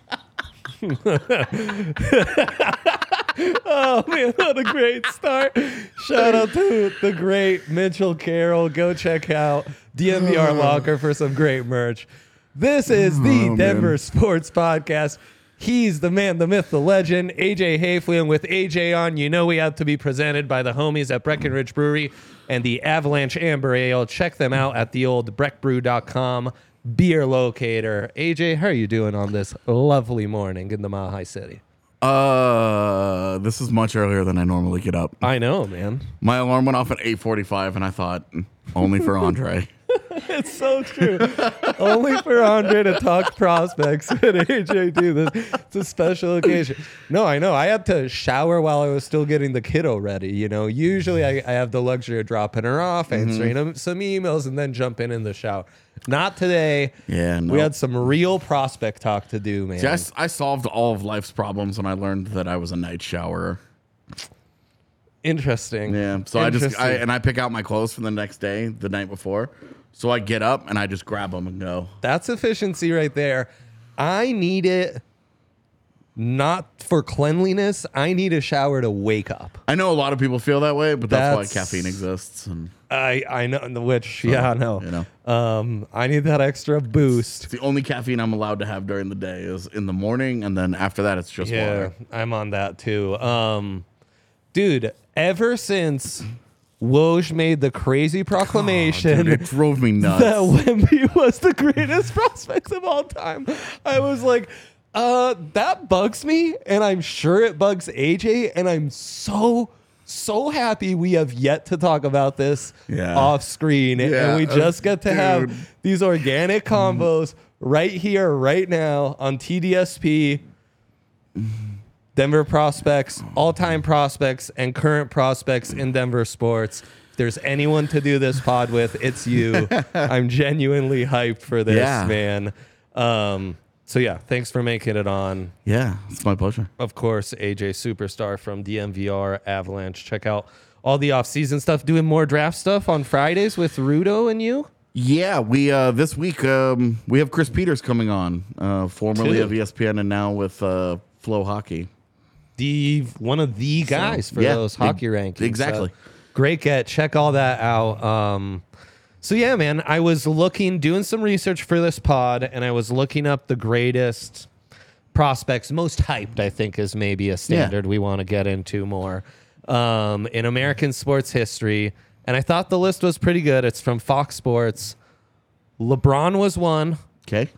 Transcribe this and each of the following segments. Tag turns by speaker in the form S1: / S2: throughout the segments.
S1: oh man, what a great start! Shout out to the great Mitchell Carroll. Go check out DMVR Locker for some great merch. This is the Denver Sports Podcast. He's the man, the myth, the legend, AJ Hayflin. With AJ on, you know we have to be presented by the homies at Breckenridge Brewery and the Avalanche Amber Ale. Check them out at the old breckbrew.com beer locator. AJ, how are you doing on this lovely morning in the Mile High City?
S2: Uh, this is much earlier than I normally get up.
S1: I know, man.
S2: My alarm went off at 8:45, and I thought "Mm, only for Andre.
S1: It's so true. Only for Andre to talk prospects and AJ do this. It's a special occasion. No, I know. I had to shower while I was still getting the kiddo ready. You know, usually I, I have the luxury of dropping her off,
S2: Mm-hmm.
S1: answering um some emails, and then jumping in the shower. Not today.
S2: Yeah, no.
S1: We had some real prospect talk to do, man.
S2: See, I, s- I solved all of life's problems when I learned that I was a night showerer.
S1: Interesting.
S2: Yeah, so I just I,
S1: Interesting.
S2: and I pick out my clothes for the next day, the night before. So I get up and I just grab them and go.
S1: That's efficiency right there. I need it not for cleanliness. I need a shower to wake up.
S2: I know a lot of people feel that way, but that's,
S1: That's-
S2: why caffeine exists. And
S1: I I know the which yeah I know.
S2: you know.
S1: Um, I need that extra boost.
S2: it's the only caffeine I'm allowed to have during the day is in the morning, and then after that it's just
S1: Yeah,
S2: water.
S1: I'm on that too. Um, dude, ever since Woj made the crazy proclamation
S2: Dude, it drove me nuts.
S1: that Wemby was the greatest prospects of all time, I was like. Uh, that bugs me, and I'm sure it bugs AJ. And I'm so, so happy we have yet to talk about this
S2: Yeah.
S1: off screen, and
S2: Yeah,
S1: we
S2: uh,
S1: just get to have
S2: dude. Mm-hmm.
S1: these organic combos right here, right now on TDSP. Denver prospects, all time prospects, and current prospects in Denver sports. If there's anyone to do this pod with, it's you. I'm genuinely hyped for this,
S2: Yeah.
S1: man. Um, so, yeah, thanks for making it on.
S2: yeah, it's my pleasure.
S1: Of course, AJ Superstar from DMVR Avalanche. Check out all the offseason stuff, doing more draft stuff on Fridays with Rudo and you.
S2: Yeah, we uh, this week um, we have Chris Peters coming on, uh, formerly
S1: Two.
S2: of ESPN and now with uh, Flow Hockey.
S1: the one of the guys for
S2: yeah,
S1: those
S2: e-
S1: hockey rankings.
S2: exactly.
S1: So, great get. Check all that out. Um, so yeah, man, I was looking, doing some research for this pod, and I was looking up the greatest prospects, most hyped. I think is maybe a standard we want to get into more um, in American sports history. And I thought the list was pretty good. It's from Fox Sports. LeBron was one.
S2: Okay,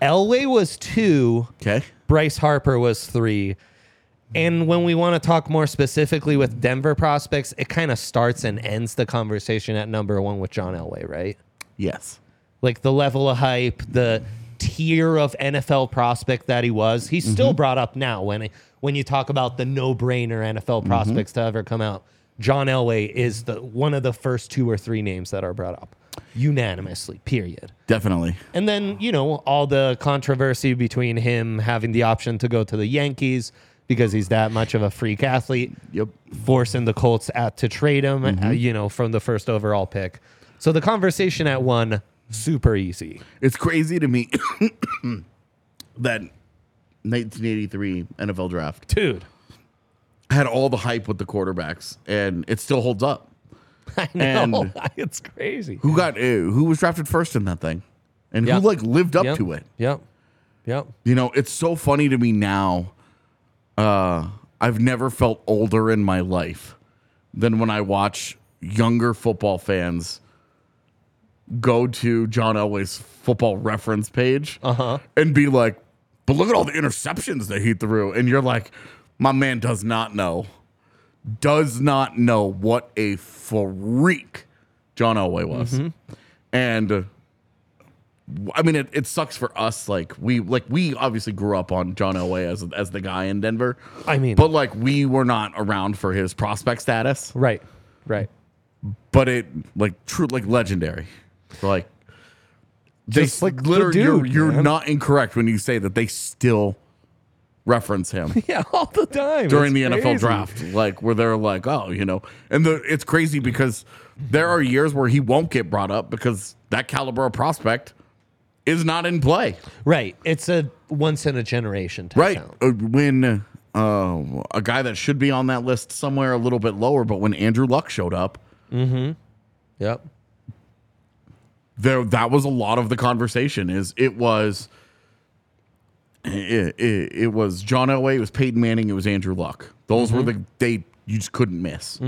S1: Elway was two.
S2: okay,
S1: Bryce Harper was three. And when we want to talk more specifically with Denver prospects, it kind of starts and ends the conversation at number one with John Elway, right?
S2: yes,
S1: Like the level of hype, the tier of NFL prospect that he was. He's still brought up now when when you talk about the no-brainer NFL prospects to ever come out. John Elway is the one of the first two or three names that are brought up unanimously. Period.
S2: definitely.
S1: And then, you know, all the controversy between him having the option to go to the Yankees because he's that much of a freak athlete,
S2: Yep. Mm-hmm.
S1: forcing the Colts at to trade him, uh, you know, from the first overall pick. So the conversation at one, super easy.
S2: It's crazy to me that 1983 NFL draft
S1: Dude.
S2: had all the hype with the quarterbacks, and it still holds up.
S1: I know.
S2: And-
S1: it's crazy.
S2: Who got uh, who was drafted first in that thing, and
S1: Yeah.
S2: who like lived up
S1: Yep.
S2: to it?
S1: Yep. Yep.
S2: You know, it's so funny to me now. Uh, I've never felt older in my life than when I watch younger football fans go to John Elway's football reference page
S1: Uh-huh.
S2: and be like, but look at all the interceptions that he threw. And you're like, my man does not know, does not know what a
S1: Mm-hmm.
S2: freak John Elway was. And I mean, it, it sucks for us. Like we like we obviously grew up on John Elway as as the guy in Denver.
S1: I mean-
S2: but like we were not around for his prospect status.
S1: Right. Right.
S2: But it like true like legendary, like they
S1: Just like the
S2: literally you're,
S1: dude,
S2: you're
S1: man.
S2: not incorrect when you say that they still reference him.
S1: Yeah, all the time.
S2: during
S1: It's
S2: the NFL
S1: crazy.
S2: draft, like where they're like, oh, you know, and the, it's crazy because there are years where he won't get brought up because that caliber of prospect is not in play,
S1: Right. It's a once in a generation type
S2: right?
S1: talent.
S2: Uh, When uh, a guy that should be on that list somewhere a little bit lower, but when Andrew Luck showed up,
S1: Yep.
S2: there that was a lot of the conversation. Is it was. It, it, it was John Elway, it was Peyton Manning, it was Andrew Luck. Those were
S1: Mm-hmm.
S2: the they you just couldn't miss.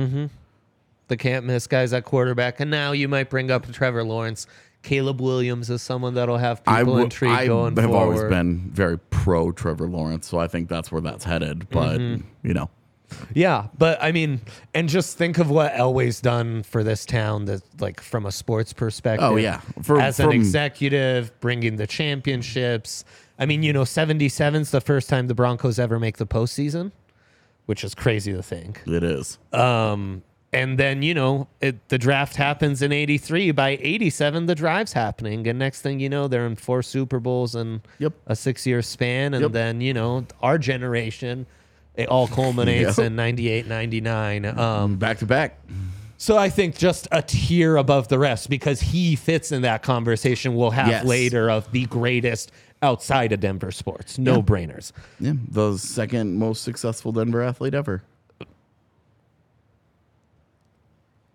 S1: The can't miss guys at quarterback. And now you might bring up Trevor Lawrence. Caleb Williams is someone that'll have people
S2: w-
S1: intrigued
S2: I
S1: going
S2: have
S1: forward.
S2: always been very pro Trevor Lawrence, so I think that's where that's headed. But
S1: Mm-hmm.
S2: you know,
S1: Yeah, but I mean, and just think of what Elway's done for this town, that like from a sports perspective.
S2: Oh, yeah. For-
S1: as an
S2: from-
S1: executive, bringing the championships. I mean, you know, seventy seven's the first time the Broncos ever make the postseason, which is crazy to think.
S2: it is.
S1: Um, And then you know, it, the draft happens in eighty three. By eighty seven, the drive's happening, and next thing you know, they're in four Super Bowls and
S2: Yep.
S1: a six year span. And
S2: Yep.
S1: then you know, our generation. It all culminates
S2: Yep.
S1: in 98, 99. Um,
S2: back to back.
S1: So I think just a tier above the rest because he fits in that conversation we'll have
S2: Yes.
S1: later of the greatest outside of Denver sports. No brainers.
S2: Yeah, the second most successful Denver athlete ever.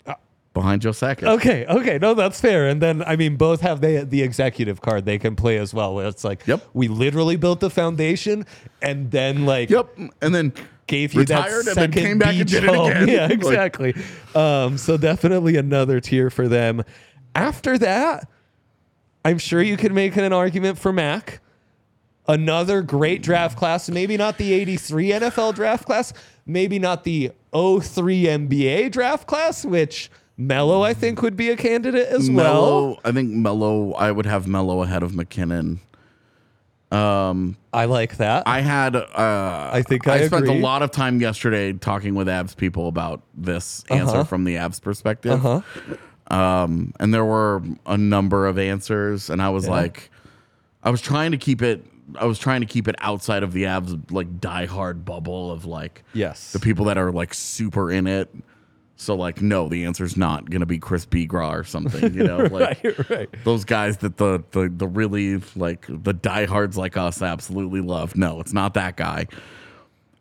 S1: Uh,
S2: Behind Joe Sackett.
S1: Okay, okay, no, that's fair. And then I mean, both have they the executive card they can play as well. Where it's like,
S2: Yep.
S1: we literally built the foundation, and then like,
S2: Yep. And then
S1: gave you
S2: retired
S1: that second
S2: and then came back and
S1: beach
S2: did it
S1: home.
S2: again.
S1: Yeah,
S2: Like,
S1: exactly. um, so definitely another tier for them. After that, I'm sure you could make an argument for Mac. Another great draft class, maybe not the 83 NFL draft class, maybe not the 03 NBA draft class, which Mello, I think, would be a candidate as well.
S2: Mello, I think Mello. I would have Mello ahead of McKinnon.
S1: I like that.
S2: I had. Uh,
S1: I think I
S2: spent
S1: agree.
S2: a lot of time yesterday talking with abs people about this
S1: Uh-huh.
S2: answer from the abs perspective. Um, and there were a number of answers, and I was like, I was trying to keep it. I was trying to keep it outside of the abs like diehard bubble of like
S1: yes.
S2: the people that are like super in it. So like, no, the answer's not gonna be Chris Bigra or something, you know, like
S1: right, right.
S2: those guys that the, the the really like the diehards like us absolutely love. No, it's not that guy.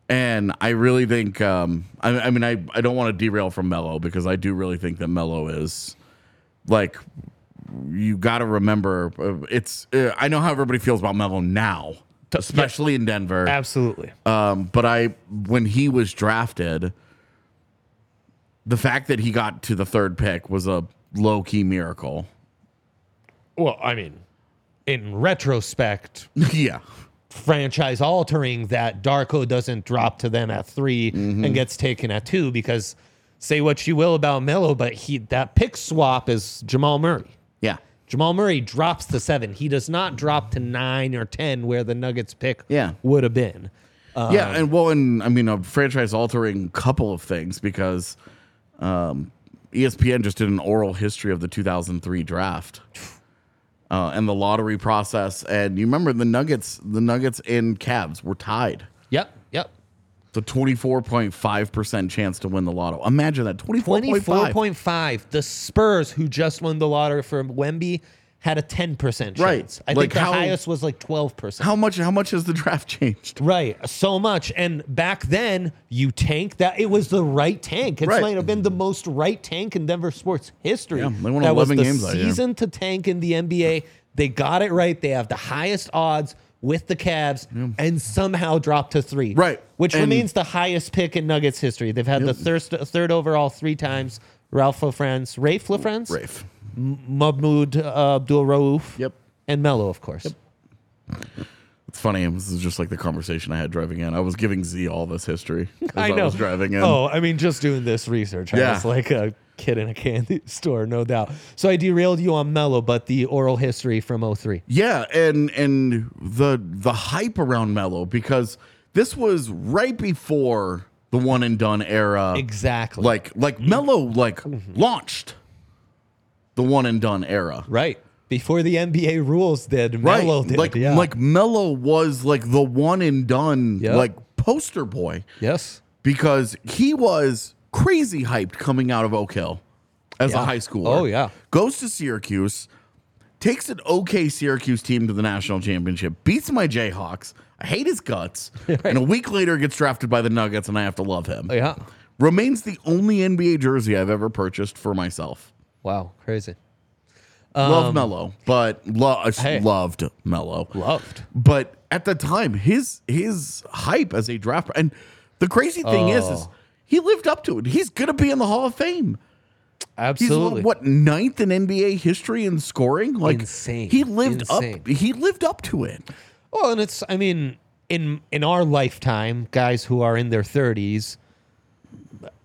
S2: And I really think um, I, I mean I, I don't want to derail from Mello because I do really think that Mello is like you got to remember uh, it's uh, I know how everybody feels about Mello now, especially in Denver.
S1: Absolutely.
S2: Um, but I, when he was drafted, the fact that he got to the third pick was a low key miracle.
S1: Well, I mean, in retrospect,
S2: yeah.
S1: franchise altering that Darko doesn't drop to them at 3
S2: Mm-hmm.
S1: and gets taken at two because say what you will about Melo, but he that pick swap is Jamal Murray.
S2: Yeah.
S1: Jamal Murray drops to seven. He does not drop to nine or ten where the Nuggets pick
S2: Yeah.
S1: would have been.
S2: yeah. And well, and I mean, a franchise altering couple of things because um, ESPN just did an oral history of the 2003 draft. Uh, and the lottery process, and you remember the Nuggets, the Nuggets and Cavs were tied.
S1: Yep. Yep.
S2: The twenty four point five percent chance to win the lotto. Imagine that twenty four point five.
S1: 24.5. The Spurs, who just won the lottery from Wemby, had a 10% chance.
S2: Right.
S1: I
S2: Like
S1: think the
S2: how-
S1: highest was like 12%.
S2: How much? How much has the draft changed?
S1: Right. So much. And back then, you tank that it was the right tank. It
S2: Right.
S1: might have been the most right tank in Denver sports history.
S2: Yeah, they won
S1: that was
S2: 11
S1: the
S2: games that year.
S1: season to tank in the NBA. They got it right. They have the highest odds with the Cavs and somehow dropped to three.
S2: Right.
S1: Which
S2: And-
S1: remains the highest pick in Nuggets history. They've had the thirst, third overall three times. Ralph LaFrance, Rafe LaFrance,
S2: Rafe.
S1: M- Mahmoud uh, Abdul Rauf,
S2: Yep.
S1: and Mello, of course.
S2: It's It's funny. This is just like the conversation I had driving in. I was giving Z all this history as
S1: I
S2: I,
S1: know.
S2: was driving in.
S1: Oh, I mean, just doing this research. I
S2: Yeah.
S1: was like a kid in a candy store, no doubt. So I derailed you on Mellow, but the oral history from 03.
S2: Yeah, and and the the hype around Mello because this was right before the one and done era.
S1: Exactly. Mm-hmm.
S2: Like like Mello like launched the one and done era.
S1: right. Before the NBA rules did,
S2: Right.
S1: Mellow did.
S2: like
S1: yeah.
S2: like Mello was like the one and done
S1: Yep.
S2: like poster boy
S1: yes.
S2: because he was crazy hyped coming out of Oak Hill as
S1: Yeah.
S2: a high schooler.
S1: Oh, yeah.
S2: Goes to Syracuse, takes an okay Syracuse team to the national championship, beats my Jayhawks. I hate his guts. And a week later gets drafted by the Nuggets and I have to love him.
S1: Oh, Yeah.
S2: Remains the only NBA jersey I've ever purchased for myself.
S1: Wow. Crazy.
S2: Love Mello, but lo- I s-
S1: Um, hey.
S2: loved Mello.
S1: Loved.
S2: But at the time, his his hype as a draft and the crazy thing is, is
S1: Oh.
S2: he lived up to it. He's gonna be in the Hall of Fame. He's
S1: Absolutely.
S2: what ninth in NBA history in scoring. Like
S1: Insane.
S2: He lived
S1: Insane.
S2: up. He lived up to it.
S1: Well, and it's I mean, in in our lifetime, guys who are in their thirties,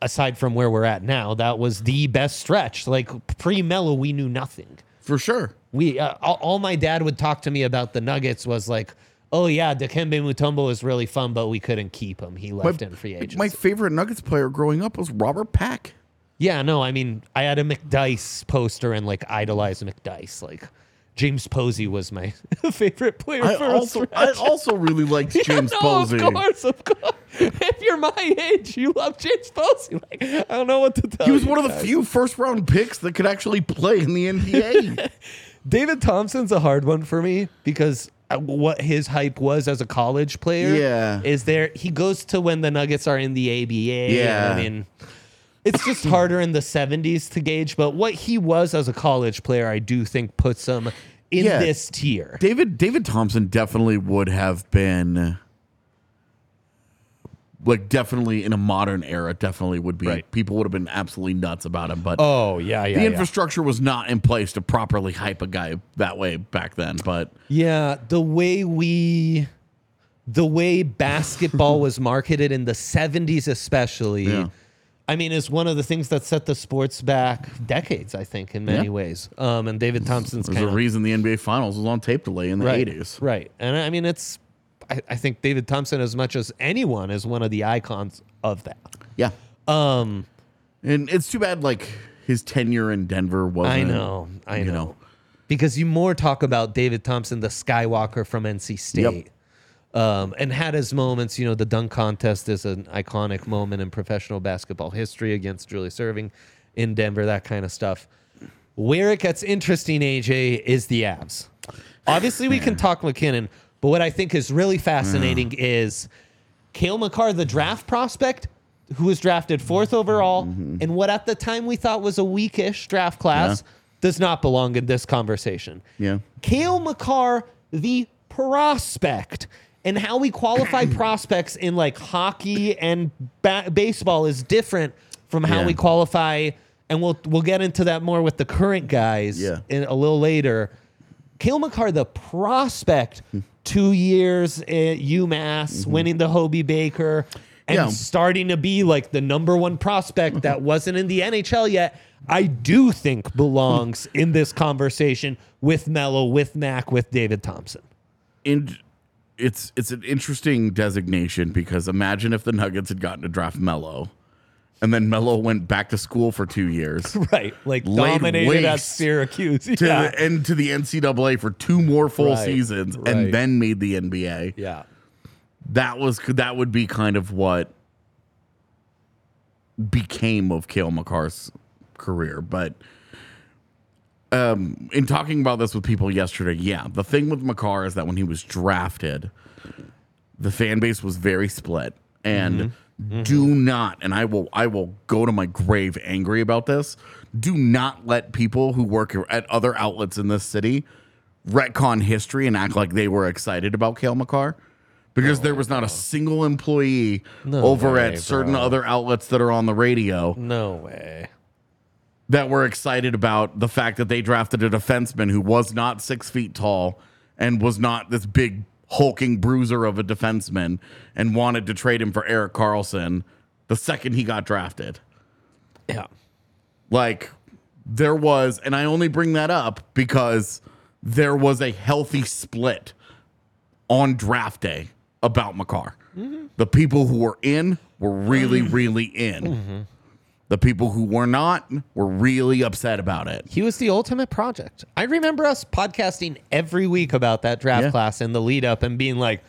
S1: aside from where we're at now, that was the best stretch. Like pre Mello, we knew nothing.
S2: For sure.
S1: We uh, all, all my dad would talk to me about the Nuggets was like, oh yeah, Dikembe Mutombo is really fun, but we couldn't keep him. He left in free agency.
S2: My favorite Nuggets player growing up was Robert Pack.
S1: yeah, no, I mean, I had a McDice poster and like idolized McDice. Like James Posey was my favorite player.
S2: I
S1: for
S2: also,
S1: us.
S2: I also really liked James
S1: no,
S2: Posey.
S1: Of course, of course. If you're my age, you love James Posey. Like, I don't know what to tell
S2: He was
S1: you
S2: one of the
S1: guys.
S2: few first round picks that could actually play in the NBA.
S1: David Thompson's a hard one for me because uh, what his hype was as a college player
S2: Yeah.
S1: is there. He goes to when the Nuggets are in the ABA.
S2: Yeah.
S1: I mean, it's just harder in the 70s to gauge, but what he was as a college player, I do think puts him in
S2: Yeah.
S1: this tier.
S2: David David Thompson definitely would have been like definitely in a modern era definitely would be
S1: Right.
S2: people would have been absolutely nuts about him but
S1: Oh, yeah, yeah.
S2: the infrastructure was not in place to properly hype a guy that way back then but
S1: Yeah, the way we the way basketball was marketed in the 70s especially.
S2: Yeah.
S1: I mean, is one of the things that set the sports back decades, I think, in many
S2: Yeah.
S1: ways. Um, and David Thompson's
S2: there's
S1: kind
S2: a
S1: of
S2: reason the NBA finals was on tape delay in the
S1: right,
S2: 80s
S1: right. And I mean, it's I, I think David Thompson, as much as anyone, is one of the icons of that.
S2: yeah
S1: Um,
S2: and it's too bad like his tenure in Denver wasn't
S1: I know, I
S2: you
S1: know.
S2: know.
S1: Because you more talk about David Thompson, the Skywalker from NC State, um, and had his moments. You know, the dunk contest is an iconic moment in professional basketball history against Julie Serving in Denver, that kind of stuff. Where it gets interesting, AJ, is the abs. Obviously, we can talk McKinnon, but what I think is really fascinating is Kale McCarr, the draft prospect, who was drafted fourth overall,
S2: Mm-hmm.
S1: and what at the time we thought was a weakish draft class, does not belong in this conversation.
S2: yeah
S1: Kale McCarr, the prospect, and how we qualify prospects in like hockey and ba- baseball is different from how
S2: Yeah.
S1: we qualify, and we'll we'll get into that more with the current guys
S2: Yeah.
S1: in a little later. Kale McCarr, the prospect,
S2: Hmm.
S1: two years at UMass, winning the Hobie Baker, and
S2: Mm-hmm. Yeah.
S1: starting to be like the number one prospect that wasn't in the NHL yet, I do think belongs in this conversation with Mello, with Mac, with David Thompson.
S2: in it's it's an interesting designation because imagine if the Nuggets had gotten to draft Mello, and then Mello went back to school for two years
S1: Right. Like
S2: Laid
S1: dominated at
S2: waste
S1: Syracuse.
S2: to
S1: yeah.
S2: the, and to the NCAA for two more full
S1: Right,
S2: seasons,
S1: right.
S2: and then made the NBA.
S1: yeah.
S2: That was that would be kind of what became of Kale McCarr's career, but. Um, in talking about this with people yesterday, yeah, the thing with McCarr is that when he was drafted, the fan base was very split and
S1: Mm-hmm.
S2: do not and i will i will go to my grave angry about this do not let people who work at other outlets in this city retcon history and act like they were excited about kale mccarr because there was not a single employee over
S1: way,
S2: at certain
S1: bro.
S2: other outlets that are on the radio
S1: No way.
S2: that were excited about the fact that they drafted a defenseman who was not six feet tall and was not this big hulking bruiser of a defenseman and wanted to trade him for Eric Carlson the second he got drafted.
S1: Yeah.
S2: Like there was, and I only bring that up because there was a healthy split on draft day about McCarr. The people who were in were really, really in. The people who were not were really upset about it.
S1: He was the ultimate project. I remember us podcasting every week about that draft
S2: Yeah.
S1: class and the lead up and being like,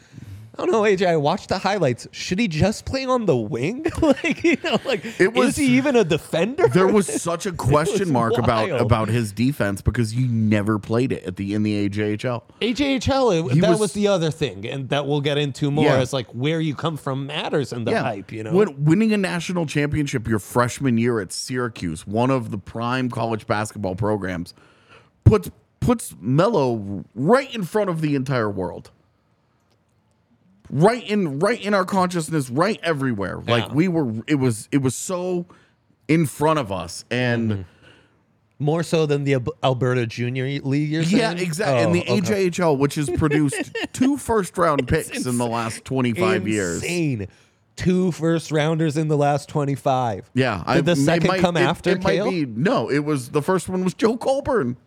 S1: I don't know, AJ, I watched the highlights. Should he just play on the wing? like, you know, like,
S2: It
S1: is
S2: was-
S1: he even a defender?
S2: There was such a
S1: was
S2: question mark about
S1: wild.
S2: about his defense because you never played it at the in the AJHL.
S1: AJHL, it,
S2: He
S1: that was,
S2: was-
S1: the other thing, and that we'll get into more
S2: Yeah.
S1: is like where you come from matters and the hype, you know?
S2: Win- winning a national championship your freshman year at Syracuse, one of the prime college basketball programs, puts puts Melo right in front of the entire world. Right in right in our consciousness, right everywhere. Like
S1: Yeah.
S2: we were it was it was so in front of us and
S1: Mm-hmm. more so than the Ab- Alberta Junior League, you're
S2: Yeah,
S1: saying?
S2: exactly.
S1: Oh,
S2: and the
S1: okay.
S2: AJHL, which has produced two first round picks in the last 25 years.
S1: Oh, Insane. Two first rounders in the last 25.
S2: Yeah.
S1: Did the
S2: it
S1: second
S2: might-
S1: come
S2: it-
S1: after
S2: it might
S1: Kale?
S2: be- no, it was the first one was Joe Colburn.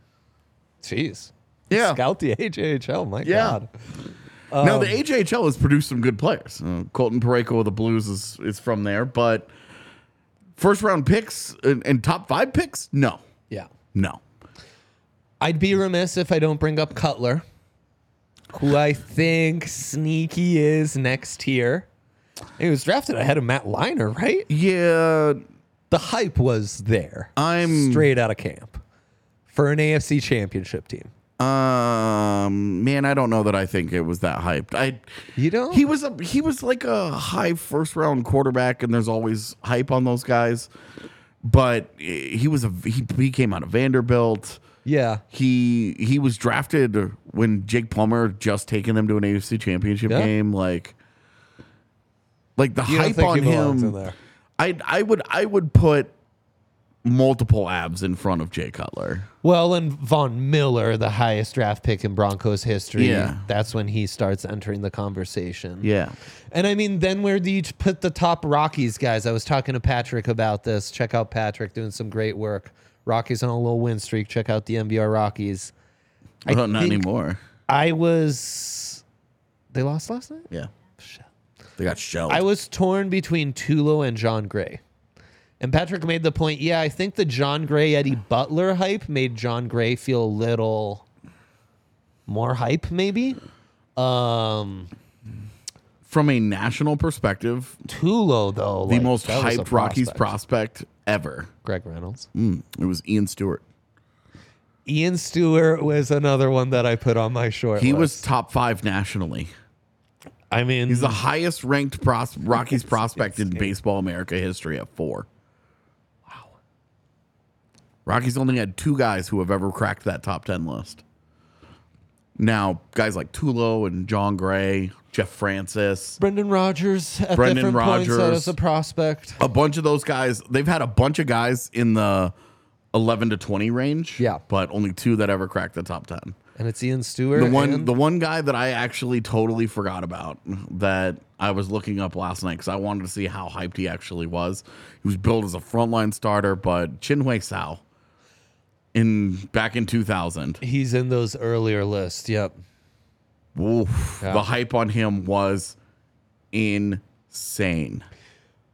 S1: Jeez.
S2: Yeah.
S1: Scout the AJHL. My
S2: Yeah.
S1: God.
S2: now, the
S1: Oh.
S2: AJHL has produced some good players. Uh, Colton Pareko of the Blues is, is from there, but first round picks and, and top five picks? No.
S1: Yeah.
S2: No.
S1: I'd be remiss if I don't bring up Cutler, who I think sneaky is next tier. He was drafted ahead of Matt Liner, right?
S2: Yeah.
S1: The hype was there.
S2: I'm-
S1: straight out of camp for an AFC championship team.
S2: Um, man, I don't know that I think it was that hyped. I,
S1: You don't?
S2: He was a he was like a high first round quarterback, and there's always hype on those guys. But he was a he, he came out of Vanderbilt.
S1: Yeah.
S2: He he was drafted when Jake Plummer had just taken them to an AFC championship
S1: Yeah.
S2: game. Like, like the
S1: You don't
S2: hype
S1: think
S2: on
S1: he belongs
S2: him.
S1: in there.
S2: I I would I would put multiple abs in front of Jay Cutler.
S1: Well, and Von Miller, the highest draft pick in Broncos history.
S2: Yeah.
S1: That's when he starts entering the conversation.
S2: Yeah.
S1: And I mean, then where do you put the top Rockies guys? I was talking to Patrick about this. Check out Patrick doing some great work. Rockies on a little win streak. Check out the MBR Rockies. I
S2: Well, not
S1: think-
S2: anymore.
S1: I was. They lost last night?
S2: Yeah. They got shelled.
S1: I was torn between Tulo and John Gray. And Patrick made the point, yeah, I think the John Gray Eddie Butler hype made John Gray feel a little more hype, maybe. Um
S2: From a national perspective,
S1: Tulo though,
S2: the
S1: like,
S2: most
S1: that was a
S2: hyped Rockies
S1: prospect.
S2: prospect ever.
S1: Greg Reynolds.
S2: Mm, it was Ian Stewart.
S1: Ian Stewart was another one that I put on my short.
S2: He was
S1: list.
S2: top five nationally.
S1: I mean,
S2: He's the highest ranked pros- Rockies prospect in baseball America history at four. Wow. Rockies only had two guys who have ever cracked that top 10 list. Now, guys like Tulo and John Gray, Jeff Francis,
S1: Brendan Rogers at
S2: Brendan
S1: different points
S2: Rodgers.
S1: as a prospect.
S2: a bunch of those guys, they've had a bunch of guys in the 11 to 20 range.
S1: Yeah.
S2: But only two that ever cracked the top 10.
S1: And it's Ian Stewart.
S2: The one,
S1: and-
S2: the one guy that I actually totally forgot about that I was looking up last night because I wanted to see how hyped he actually was. He was billed as a frontline starter, but Chinwe Sao in back in 2000.
S1: he's in those earlier lists. Yep.
S2: Oof,
S1: Yeah.
S2: The hype on him was insane.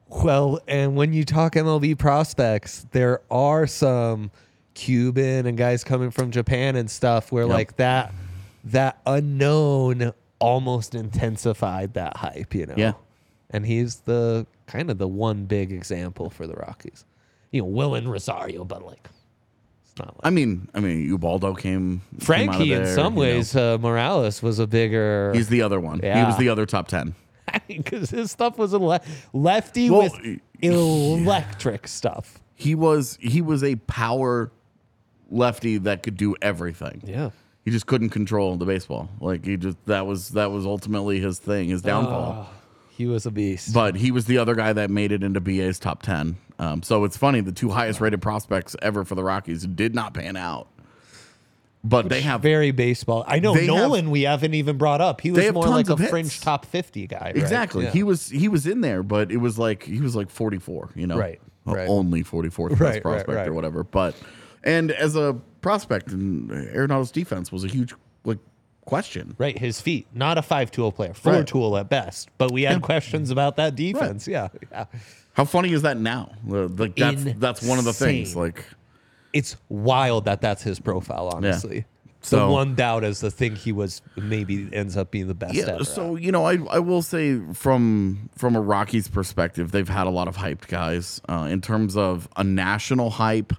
S1: Well, and when you talk MLB prospects, there are some Cuban and guys coming from Japan and stuff where like that that unknown almost intensified that hype, you know.
S2: Yeah.
S1: And he's the kind of the one big example for the Rockies. You know, Will and Rosario, but like it's not like
S2: I mean, I mean, Ubaldo came came out of
S1: Frankie in
S2: there,
S1: some
S2: you know.
S1: ways uh, Morales was a bigger
S2: He's the other one. He was
S1: Yeah.
S2: the other top 10.
S1: because his stuff was ele- lefty
S2: Well,
S1: with electric stuff.
S2: He was he was a power lefty that could do everything.
S1: Yeah.
S2: He just couldn't control the baseball. Like he just that was that was ultimately his thing, his downfall.
S1: He was a beast.
S2: But he was the other guy that made it into BA's top ten. Um, so it's funny the two highest rated prospects ever for the Rockies did not pan out. But they have
S1: very baseball. I know
S2: They have-
S1: Nolan. we haven't even brought up. He was
S2: have
S1: more
S2: tons
S1: like a
S2: of hits.
S1: fringe top fifty guy. right?
S2: exactly.
S1: Yeah.
S2: He was he was in there, but it was like he was like 44. You know,
S1: Right,
S2: Uh,
S1: right.
S2: Only
S1: Right,
S2: 44th best
S1: right,
S2: prospect
S1: right.
S2: or whatever. But and as a prospect, and Arenado's defense was a huge like question.
S1: Right, his feet. Not a five tool player, four
S2: Right.
S1: tool at best. But we had questions about that defense. Yeah, yeah.
S2: How funny is that now? Uh, Like that's that's one of the things.
S1: Insane.
S2: Like
S1: It's wild that that's his profile, honestly. the
S2: So-
S1: one doubt is the thing he was maybe ends up being the best
S2: yeah.
S1: at.
S2: So you know, I I will say from from a Rockies perspective, they've had a lot of hyped guys uh, in terms of a national hype,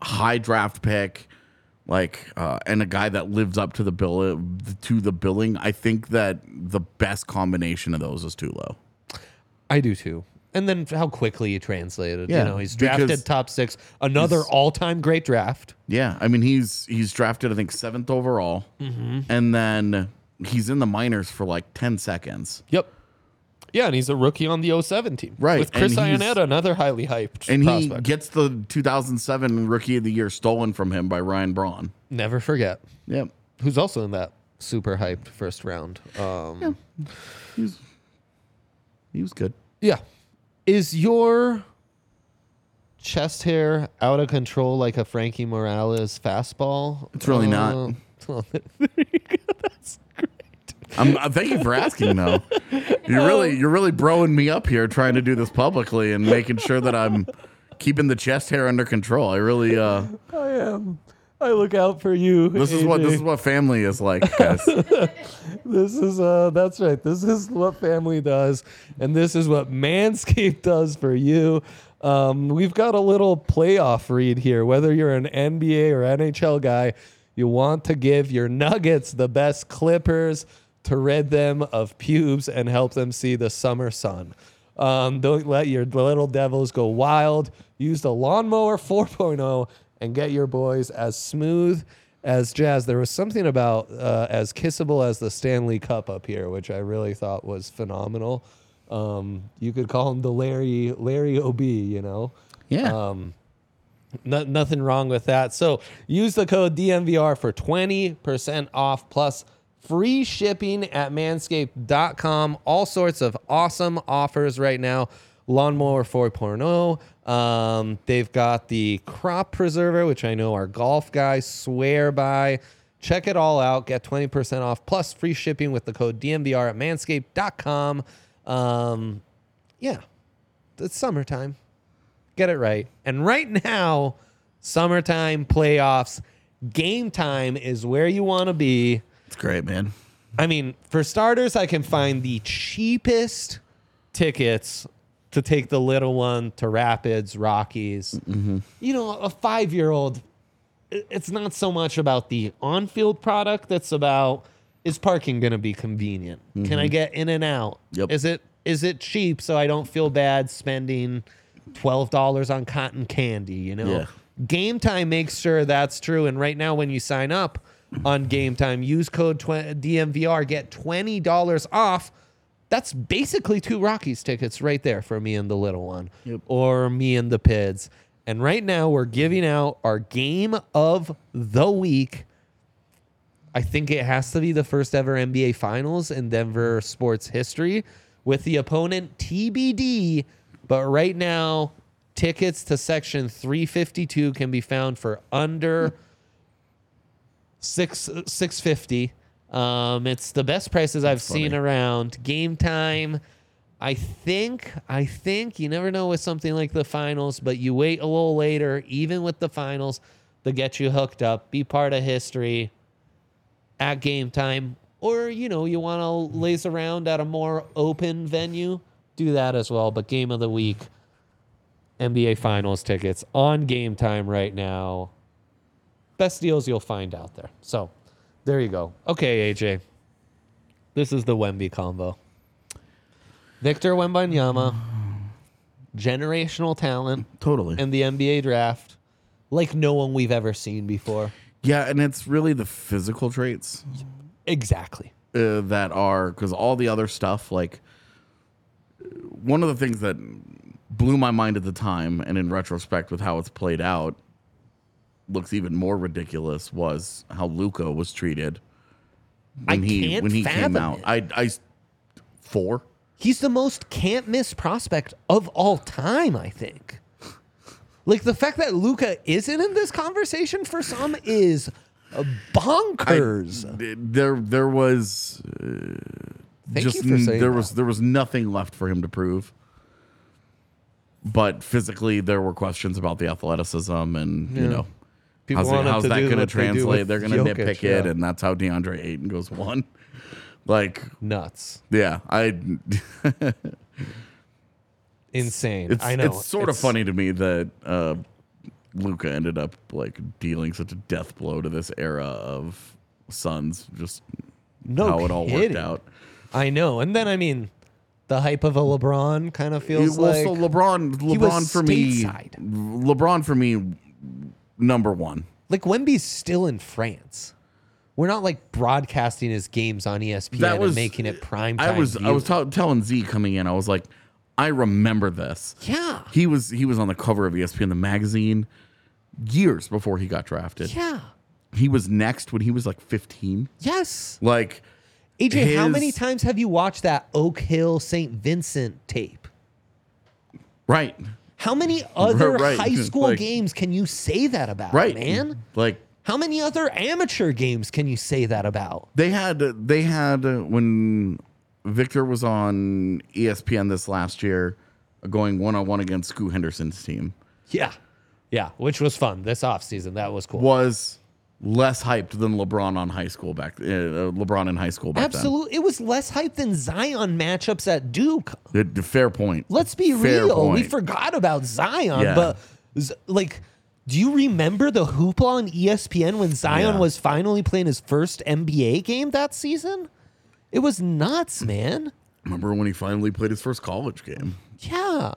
S2: high draft pick, like uh, and a guy that lives up to the bill to the billing. I think that the best combination of those is Tulo.
S1: I do too. And then how quickly he translated.
S2: Yeah,
S1: you know, he's
S2: because
S1: drafted top six. Another all time great draft.
S2: Yeah, I mean he's he's drafted I think seventh overall, and then he's in the minors for like ten seconds.
S1: Yep. Yeah, and he's a rookie on the 07 team.
S2: Right,
S1: With Chris
S2: and he's-
S1: Ionetta, another highly hyped
S2: And he
S1: prospect.
S2: gets the 2007 Rookie of the Year stolen from him by Ryan Braun.
S1: Never forget.
S2: Yep.
S1: Who's also in that super hyped first round. Um,
S2: He was, he was good.
S1: Yeah. Is your chest hair out of control like a Frankie Morales fastball? Uh,
S2: It's really not.
S1: well,
S2: I'm, uh, thank you for asking, though. You're really, you're really broing me up here, trying to do this publicly and making sure that I'm keeping the chest hair under control. I really, uh,
S1: I am. I look out for you.
S2: this is what this is what family is like, guys.
S1: This is uh that's right. This is what family does and this is what Manscaped does for you. Um, we've got a little playoff read here. Whether you're an NBA or NHL guy, you want to give your Nuggets the best clippers to rid them of pubes and help them see the summer sun. Um, don't let your little devils go wild. Use the lawnmower 4.0 and get your boys as smooth as jazz. There was something about uh, as kissable as the Stanley Cup up here, which I really thought was phenomenal. Um, you could call him the Larry Larry Ob, you know.
S2: Yeah.
S1: No, nothing wrong with that. So use the code DMVR for 20% off plus free shipping at manscaped.com. All sorts of awesome offers right now. Lawnmower 4.0. Um, they've got the crop preserver, which I know our golf guys swear by. Check it all out. Get 20% off plus free shipping with the code DMVR at manscaped.com. Um, yeah, it's summertime get it right. And right now, summertime playoffs, game time is where you want to be.
S2: it's great, man.
S1: I mean, for starters, I can find the cheapest tickets to take the little one to Rapids, Rockies. You know, a five year old, it's not so much about the on field product, it's about is parking going to be convenient? Can I get in and out?
S2: Yep.
S1: Is it is it cheap so I don't feel bad spending $12 on cotton candy, you know?
S2: Yeah.
S1: Game Time makes sure that's true. And right now, when you sign up on Game Time, use code tw- DMVR, get twenty dollars off. That's basically two Rockies tickets right there for me and the little one, or me and the Pids. And right now, we're giving out our game of the week. I think it has to be the first ever NBA Finals in Denver sports history with the opponent TBD. But right now, tickets to section 352 can be found for under six 650. Um, it's the best prices I've seen around. Game time. I think, I think you never know with something like the finals, but you wait a little later, even with the finals, to get you hooked up, be part of history at game time, or you know, you want to lace around at a more open venue, do that as well. But game of the week, NBA Finals tickets on game time right now. Best deals you'll find out there. So there you go. Okay, AJ. This is the Wemby combo. Victor Wembanyama, generational talent
S2: Totally.
S1: in the NBA draft, like no one we've ever seen before.
S2: yeah, and it's really the physical traits
S1: Exactly.
S2: uh, that are because all the other stuff like one of the things that blew my mind at the time and in retrospect with how it's played out looks even more ridiculous was how Luca was treated
S1: I
S2: when he
S1: can't
S2: when he came
S1: fathom
S2: out.
S1: it.
S2: I I four.
S1: He's the most can't miss prospect of all time, I think. Like the fact that Luca isn't in this conversation for some is bonkers.
S2: There there was uh,
S1: Thank
S2: just
S1: you for
S2: n-
S1: saying
S2: there
S1: that.
S2: was there was nothing left for him to prove. But physically, there were questions about the athleticism, and you know, how's, it-
S3: want him
S2: how's
S3: to
S2: that
S3: do
S2: going to
S3: what they do
S2: translate?
S3: with
S2: They're going to
S3: Jokic,
S2: nitpick it,
S3: yeah.
S2: and that's how DeAndre Ayton goes one. Like,
S1: Nuts.
S2: yeah, I
S1: Insane.
S2: It's,
S1: I know.
S2: it's sort of funny to me that uh, Luca ended up like dealing such a death blow to this era of Suns, just
S1: No
S2: how it all worked
S1: kidding.
S2: out.
S1: I know. And then I mean, the hype of a LeBron kind of
S2: Well,
S1: feels like
S2: so LeBron,
S1: he was
S2: LeBron for me,
S1: stateside.
S2: LeBron for me, number one.
S1: like Wemby's still in France. We're not like broadcasting his games on E ESPN
S2: That was
S1: and making it prime
S2: I
S1: time.
S2: was I was ta- telling Z coming in. I was like, I remember this.
S1: Yeah.
S2: he was he was on the cover of E ESPN the magazine years before he got drafted.
S1: yeah.
S2: He was next when he was like 15.
S1: Yes.
S2: Like
S1: AJ, how
S2: His-
S1: many times have you watched that Oak Hill St. Vincent tape?
S2: right,
S1: How many other
S2: right.
S1: high school
S2: Like-
S1: games can you say that about,
S2: right,
S1: man?
S2: Like
S1: How many other amateur games can you say that about?
S2: They had they had uh, when Victor was on E ESPN this last year, going one on one against Scoo Henderson's team
S1: Yeah. Yeah, which was fun this offseason. That was cool.
S2: was less hyped than LeBron on high school back uh, LeBron in high school back
S1: Absolutely. It was less hype than Zion matchups at Duke.
S2: then. Absolutely, fair point.
S1: Let's be
S2: Fair
S1: real. We
S2: point.
S1: forgot about Zion,
S2: Yeah.
S1: but z- like, do you remember the hoopla on E ESPN when Zion
S2: Yeah.
S1: was finally playing his first NBA game that season? It was nuts,
S2: Hmm.
S1: man.
S2: Remember when he finally played his first college game?
S1: Yeah.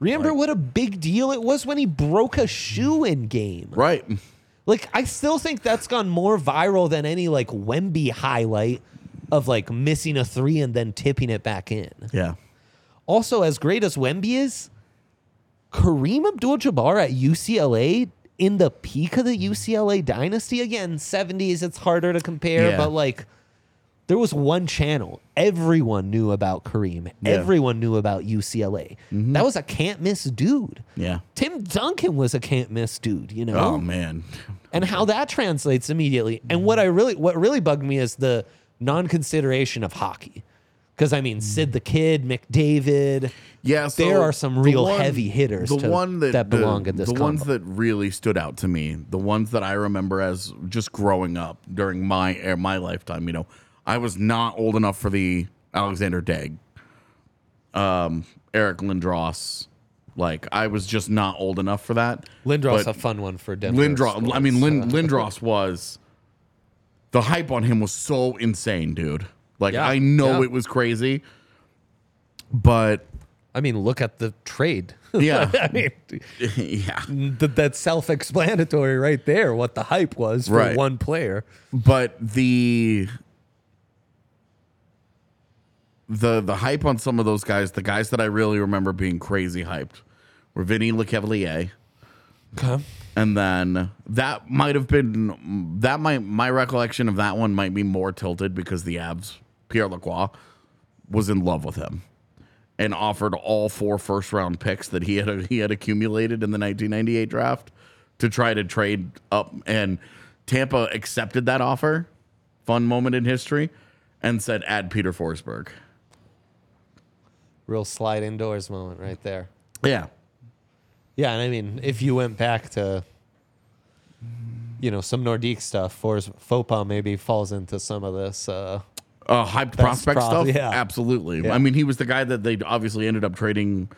S1: Remember what a big deal it was when he broke a shoe in game.
S2: Right.
S1: Like, I still think that's gone more viral than any like Wemby highlight of like missing a three and then tipping it back in.
S2: Yeah.
S1: Also, as great as Wemby is, Kareem Abdul Jabbar at UCLA in the peak of the UCLA dynasty again, 70s, it's harder to compare,
S2: Yeah.
S1: but like there was one channel. Everyone knew about Kareem, everyone knew about UCLA. That was a can't miss dude.
S2: Yeah.
S1: Tim Duncan was a can't miss dude, you know?
S2: Oh man.
S1: and how that translates immediately. And what I really what really bugged me is the non-consideration of hockey. Because I mean, Sid the Kid, McDavid.
S2: Yeah, so
S1: There are some
S2: the
S1: real
S2: one-
S1: heavy hitters
S2: The
S1: to-
S2: one that,
S1: that
S2: the-
S1: belong in this
S2: The ones
S1: combo.
S2: that really stood out to me, the ones that I remember as just growing up during my eh, my lifetime. You know, I was not old enough for the Alexander Degg, um, Eric Lindros. Like I was just not old enough for that.
S1: Lindros
S2: But-
S1: a fun one for Denver.
S2: Lindros. I
S1: sports.
S2: mean, Lind, Lindros was the hype on him was so insane, dude. Like
S1: Yeah,
S2: I know
S1: yeah.
S2: it was crazy, but
S1: I mean, look at the trade.
S2: Yeah.
S1: I mean,
S2: yeah.
S1: th- that's self-explanatory right there. What the hype was for
S2: Right.
S1: one player.
S2: But the the the hype on some of those guys, the guys that I really remember being crazy hyped, were Vinny LeCavalier. And then that might have been that might my recollection of that one might be more tilted because the abs Pierre Lacroix was in love with him and offered all four first round picks that he had he had accumulated in the 1998 draft to try to trade up and Tampa accepted that offer. Fun moment in history and said add Peter Forsberg.
S1: Real slide indoors moment right there.
S2: Yeah.
S1: Yeah, and I mean, if you went back to, you know, some Nordique stuff, Fors Fopa maybe falls into some of this. Uh,
S2: Uh, hyped prospect
S1: prob-
S2: stuff?
S1: yeah.
S2: Absolutely.
S1: Yeah.
S2: I mean, he was the guy that they obviously ended up trading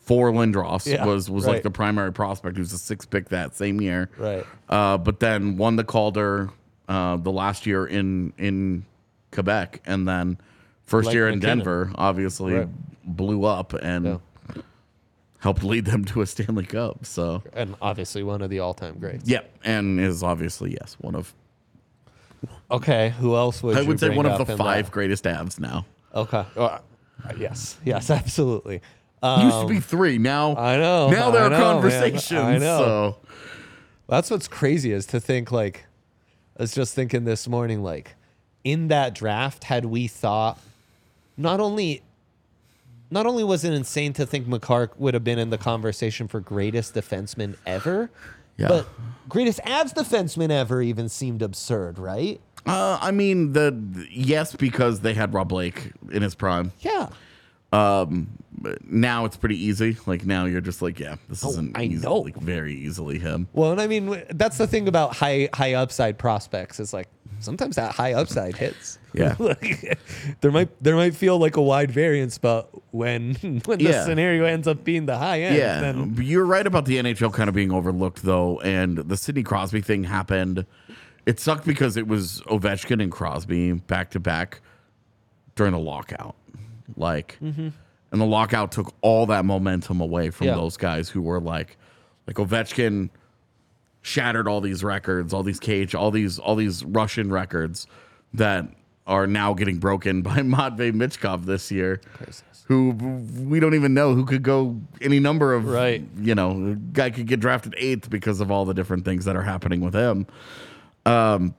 S2: for Lindros
S1: Yeah,
S2: was was
S1: right.
S2: like the primary prospect who's a six pick that same year.
S1: Right.
S2: Uh, but then won the Calder uh, the last year in in Quebec and then first
S1: Blake
S2: year in
S1: McKinnon.
S2: Denver obviously
S1: Right.
S2: blew up and
S1: Yeah.
S2: helped lead them to a Stanley Cup. So
S1: and obviously one of the all-time greats.
S2: yeah, and is obviously yes, one of
S1: Okay, who else would
S2: I
S1: you
S2: would say
S1: bring
S2: one
S1: up
S2: of the
S1: in
S2: five greatest abs now.
S1: Okay. Uh, yes. Yes. Absolutely. Um,
S2: Used to be three. Now
S1: I know,
S2: Now there
S1: I
S2: are
S1: know, man.
S2: conversations.
S1: I know.
S2: So
S1: That's what's crazy is to think like I was just thinking this morning like in that draft had we thought not only not only was it insane to think McCark would have been in the conversation for greatest defenseman ever,
S2: Yeah.
S1: but greatest abs defenseman ever even seemed absurd, right?
S2: Uh, I mean, the yes, because they had Rob Blake in his prime.
S1: Yeah.
S2: But now it's pretty easy. Like now you're just like, yeah, this isn't.
S1: Oh, I
S2: easy-
S1: know.
S2: Like very easily him.
S1: Well, and I mean w- that's the thing about high high upside prospects is like sometimes that high upside hits.
S2: Yeah.
S1: Like, there might there might feel like a wide variance, but when when the
S2: Yeah.
S1: scenario ends up being the high end,
S2: Yeah,
S1: then
S2: but you're right about the NHL kind of being overlooked though, and the Sidney Crosby thing happened. It sucked because it was Ovechkin and Crosby back to back during the lockout, like, and the lockout took all that momentum away from
S1: Yeah.
S2: those guys who were like, like Ovechkin shattered all these records, all these cage, all these all these Russian records that are now getting broken by Matvey Michkov this year, who we don't even know who could go any number of
S1: Right.
S2: You know, guy could get drafted eighth because of all the different things that are happening with him. Um,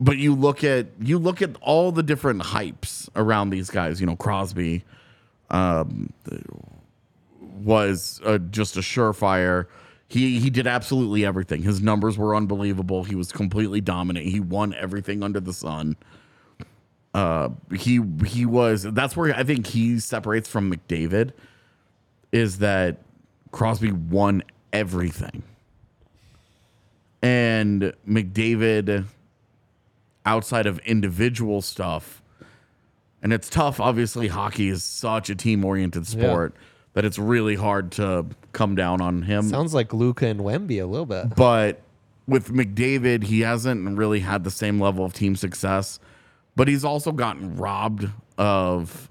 S2: but you look at you look at all the different hypes around these guys. You know, Crosby was uh, just a surefire. He he did absolutely everything. His numbers were unbelievable. He was completely dominant. He won everything under the sun. Uh, he he was. That's where I think he separates from McDavid, is that Crosby won everything, and McDavid, outside of individual stuff, and it's tough. Obviously, hockey is such a team-oriented sport that it's really hard to come down on him.
S1: sounds like Luca and Wemby a little bit.
S2: But with McDavid, he hasn't really had the same level of team success, but he's also gotten robbed of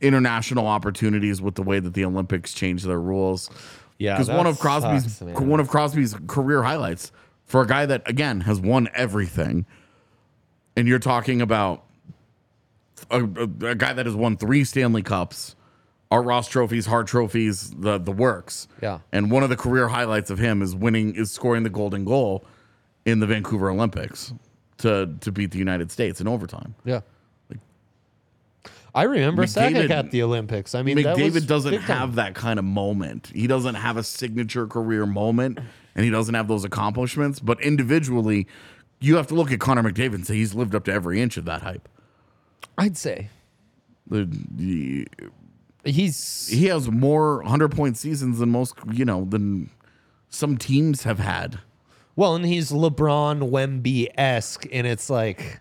S2: international opportunities with the way that the Olympics changed their rules.
S1: Yeah,
S2: because one
S1: that
S2: of Crosby's
S1: sucks, man.
S2: one of Crosby's career highlights for a guy that again has won everything, and you're talking about a, a, a guy that has won three Stanley Cups, our Ross trophies, Hart trophies, the the works.
S1: Yeah.
S2: And one of the career highlights of him is winning is scoring the golden goal in the Vancouver Olympics to to beat the United States in overtime.
S1: Yeah. I remember
S2: McDavid-
S1: Sakic at the Olympics. I mean, that was
S2: McDavid doesn't
S1: big time.
S2: have that kind of moment. He doesn't have a signature career moment and he doesn't have those accomplishments, but individually you have to look at Connor McDavid and say he's lived up to every inch of that hype.
S1: I'd say
S2: The- the-
S1: he's
S2: he has more 100 point seasons than most, you know, than some teams have had.
S1: well, and he's LeBron Wemby esque, and it's like,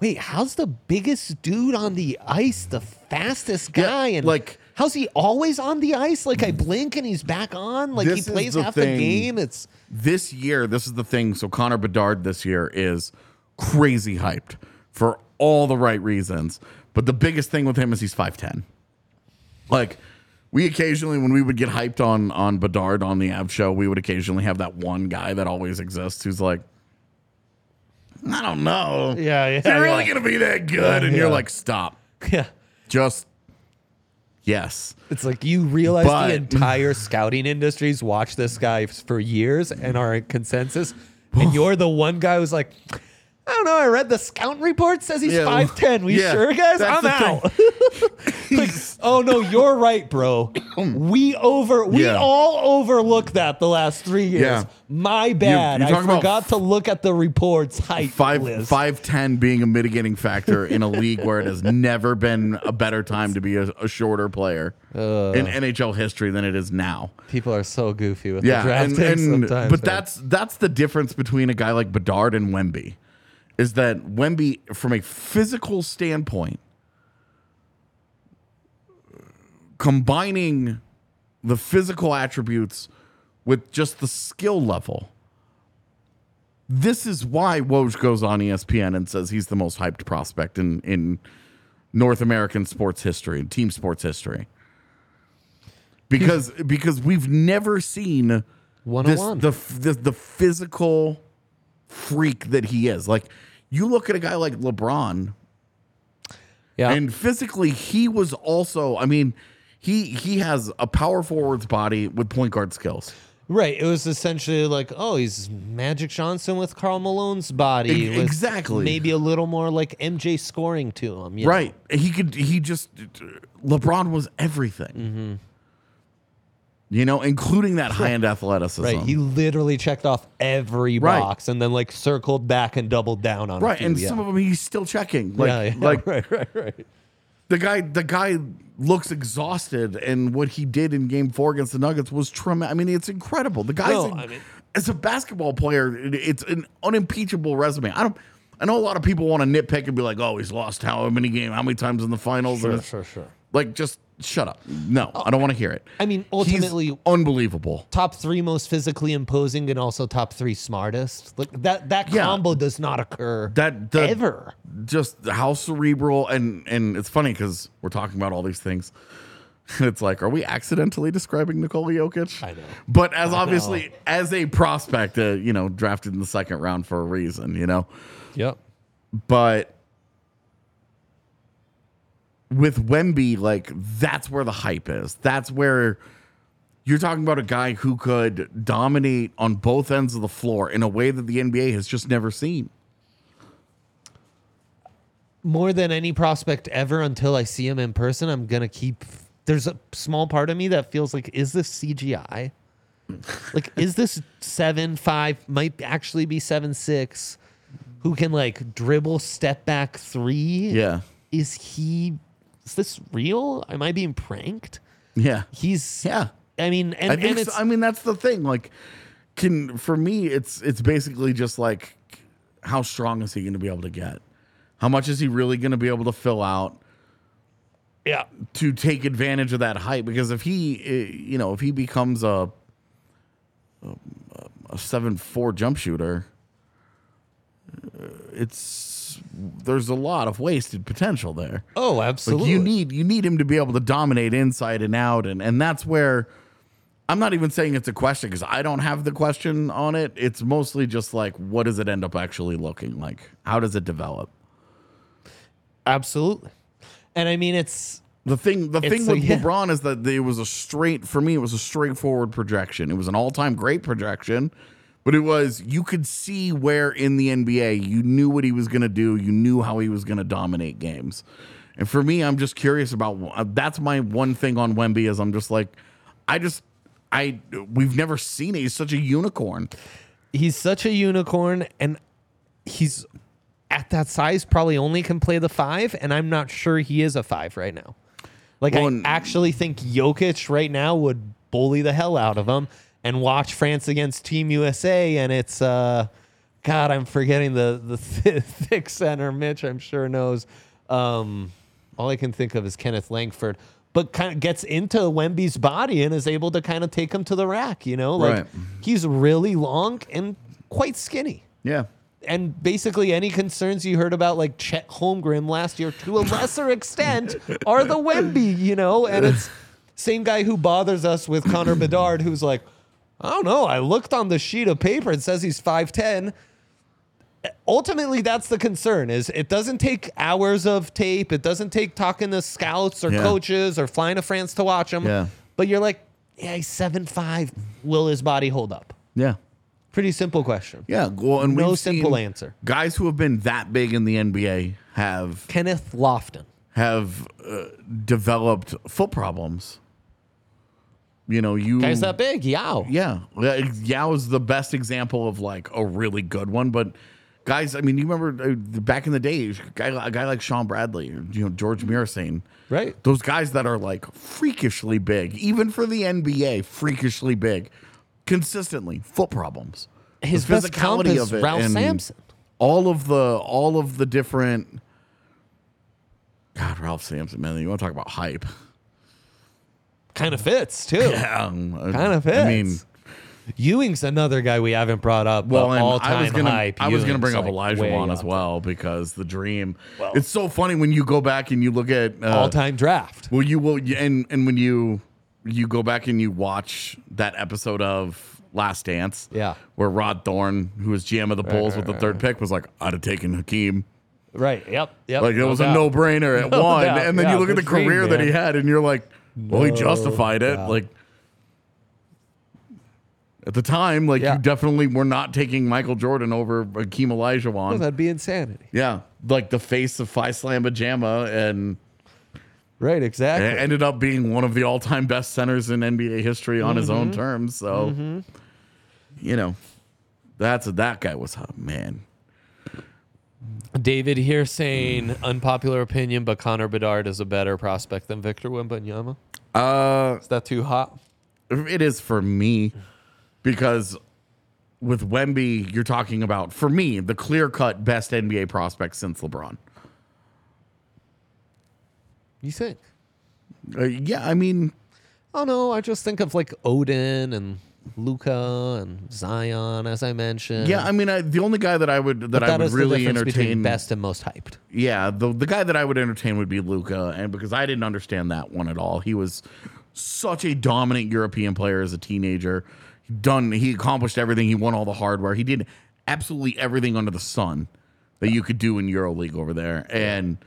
S4: Wait, how's the biggest dude on the ice the fastest guy? and
S2: like-
S4: how's he always on the ice? Like I blink and he's back on. Like he
S2: This is
S4: plays
S2: the
S4: half
S2: thing.
S4: the game. It's
S2: This year, this is the thing. So Connor Bedard this year is crazy hyped for all the right reasons. But the biggest thing with him is he's 5'10. Like we occasionally when we would get hyped on on Bedard on the Av show, we would occasionally have that one guy that always exists who's like I don't know.
S1: Yeah, yeah,
S2: Is he really
S1: yeah.
S2: going to be that good? And you're
S1: yeah.
S2: like, "Stop.
S1: yeah,
S2: Just yes."
S1: it's like you realize
S2: But-
S1: the entire scouting industry's watched this guy for years and are in consensus, and you're the one guy who's like. I don't know. I read the scout report says he's
S2: Yeah, well,
S1: five ten. We
S2: yeah,
S1: sure, guys?
S2: that's
S1: I'm
S2: the thing.
S1: out. Like, oh no, you're right, bro. We over we
S2: Yeah.
S1: all overlooked that the last three years.
S2: Yeah.
S1: My bad.
S2: you're
S1: I
S2: talking about
S1: forgot to look at the reports height
S2: five
S1: list.
S2: five ten being a mitigating factor in a league where it has never been a better time to be a, a shorter player in NHL history than it is now.
S1: People are so goofy with the
S2: Yeah,
S1: draft
S2: and,
S1: picks
S2: and-
S1: sometimes.
S2: but
S1: man.
S2: that's that's the difference between a guy like Bedard and Wemby, is that Wemby, from a physical standpoint, combining the physical attributes with just the skill level. This is why Woj goes on E ESPN and says he's the most hyped prospect in in North American sports history and team sports history. Because because we've never seen this,
S4: 101.
S2: the, f- the the physical freak that he is. Like you look at a guy like LeBron
S1: yeah.
S2: and physically, he was also. I mean, he he has a power forward's body with point guard skills.
S1: Right. It was essentially like, oh, he's Magic Johnson with Carl Malone's body.
S2: E-
S1: with
S2: exactly.
S1: Maybe a little more like MJ scoring to him. you know?
S2: Right. He could, he just, LeBron was everything.
S1: Mm-hmm.
S2: You know, including that high end athleticism.
S1: Right. He literally checked off every
S2: Right.
S1: box and then like circled back and doubled down on a
S2: Right,
S1: few,
S2: and
S1: yeah.
S2: some of them he's still checking. Like,
S1: Yeah, yeah,
S2: like
S5: Right, right, right.
S2: the guy, the guy looks exhausted, and what he did in Game Four against the Nuggets was tremendous. I mean, it's incredible. The guy's
S1: No,
S2: a-
S1: I mean-
S2: as a basketball player, it- it's an unimpeachable resume. I don't. I know a lot of people want to nitpick and be like, "Oh, he's lost how many game, how many times in the finals?" and it's-
S1: sure, sure.
S2: Like, just shut up. No, I don't want to hear it.
S1: I mean,
S2: He's
S1: ultimately-
S2: unbelievable.
S1: Top three most physically imposing and also top three smartest. Like that that
S2: Yeah.
S1: combo does not occur
S2: That the,
S1: ever.
S2: just how cerebral and and it's funny because we're talking about all these things. It's like, are we accidentally describing Nikola Jokic?
S1: I know.
S2: But as obviously as a prospect, uh, you know, drafted in the second round for a reason, you know.
S1: Yep.
S2: But with Wemby, like that's where the hype is. That's where you're talking about a guy who could dominate on both ends of the floor in a way that the NBA has just never seen.
S1: more than any prospect ever until I see him in person, I'm gonna keep. There's a small part of me that feels like, is this CGI? like, is this seven five? Might actually be seven six. Who can like dribble, step back three?
S2: Yeah.
S1: Is he? Is this real? Am I being pranked?
S2: Yeah.
S1: He's.
S2: Yeah.
S1: I mean, and,
S2: I think.
S1: and
S2: so.
S1: it's.
S2: I mean, that's the thing. Like, can for me, it's it's basically just like, how strong is he going to be able to get? How much is he really going to be able to fill out
S1: yeah.
S2: to take advantage of that height? Because if he, eh, you know, if he becomes a a, a seven four jump shooter, eh, it's there's a lot of wasted potential there.
S1: Oh,
S2: Like
S1: absolutely.
S2: you need you need him to be able to dominate inside and out, and and that's where I'm not even saying it's a question because I don't have the question on it. It's mostly just like what does it end up actually looking like? How does it develop?
S1: absolutely. And I mean, it's
S2: The thing the thing
S1: so-
S2: with
S1: yeah.
S2: LeBron is that it was a straight for me it was a straightforward projection. It was an all-time great projection, but it was you could see where in the NBA you knew what he was going to do, you knew how he was going to dominate games. And for me, I'm just curious about uh, that's my one thing on Wemby is I'm just like I just I we've never seen it. He's such a unicorn.
S1: he's such a unicorn and he's at that size probably only can play the five and i'm not sure he is a five right now like
S2: Well,
S1: i
S2: and-
S1: actually think jokic right now would bully the hell out of him and watch france against team usa and it's uh god i'm forgetting the the th- thick center mitch i'm sure knows um all i can think of is kenneth langford but kind of gets into Wemby's body and is able to kind of take him to the rack, you know? Like
S2: Right.
S1: he's really long and quite skinny.
S2: Yeah.
S1: And basically, any concerns you heard about like Chet Holmgren last year, to a lesser extent, are the Wemby, you know. And it's same guy who bothers us with Connor Bedard, who's like, I don't know. I looked on the sheet of paper and says he's five ten. Ultimately, that's the concern: is it doesn't take hours of tape, it doesn't take talking to scouts or
S2: Yeah.
S1: coaches or flying to France to watch him.
S2: Yeah.
S1: But you're like, yeah, he's seven five. Will his body hold up?
S2: Yeah.
S1: Pretty simple question.
S2: Yeah, well, and
S1: No
S2: we've
S1: simple
S2: seen
S1: answer.
S2: Guys who have been that big in the NBA have
S1: Kenneth Lofton.
S2: have uh, developed foot problems. You know, you
S1: Guy's that big. Yow.
S2: yeah, like, Yao is the best example of like a really good one. But guys, I mean, you remember uh, back in the day, a guy, a guy like Sean Bradley, or, you know, George Mirasane,
S1: Right.
S2: Those guys that are like freakishly big, even for the NBA, freakishly big, consistently foot problems. The
S1: His best comp
S2: physicality
S1: is Ralph
S2: and
S1: Sampson.
S2: All of the all of the different. God, Ralph Sampson, man, you want to talk about hype?
S1: Kind of fits too.
S2: Um,
S1: Kind of fits.
S2: I mean,
S1: Ewing's another guy we haven't brought up.
S2: Well,
S1: but
S2: and
S1: all time
S2: I was gonna
S1: hype.
S2: I was gonna
S1: Ewing's,
S2: bring up
S1: like,
S2: Elijah
S1: way
S2: Wan
S1: up
S2: as well because the dream.
S1: Well-
S2: it's so funny when you go back and you look at uh,
S1: there. All time draft.
S2: Well, you will, and and when you you go back and you watch that episode of Last Dance,
S1: Yeah.
S2: where Rod Thorne, who was GM of the Bulls with the third pick, was like, "I'd have taken Hakeem."
S1: Right. Yep. Yep.
S2: Like it was a no brainer at
S1: No
S2: one,
S1: doubt.
S2: and then
S1: Yeah,
S2: you look at the
S1: good dream,
S2: career that he
S1: man.
S2: had, and you're like, "Well, he justified it." Like At the time, like
S1: Yeah.
S2: you definitely were not taking Michael Jordan over Akeem Olajuwon.
S1: that'd be insanity.
S2: yeah, like the face of Phi Slam Pajama and
S1: Right,
S2: it
S1: exactly.
S2: ended up being one of the all-time best centers in NBA history on his own terms. So, you know, that's that guy was hot, man.
S1: David here saying unpopular opinion, but Connor Bedard is a better prospect than Victor Wembanyama.
S2: Uh,
S1: Is that too hot?
S2: it is for me because with Wemby, you're talking about for me the clear-cut best NBA prospect since LeBron.
S1: You think?
S2: Uh, yeah, I mean,
S1: Oh no, I just think of like Odin and Luca and Zion, as I mentioned.
S2: yeah, I mean, I, the only guy that I would that,
S1: But
S2: I
S1: that
S2: would
S1: is
S2: really
S1: the difference between
S2: entertain
S1: best and most hyped.
S2: yeah, the the guy that I would entertain would be Luca, and because I didn't understand that one at all. He was such a dominant European player as a teenager. He done he accomplished everything. He won all the hardware. He did absolutely everything under the sun that you could do in EuroLeague over there. And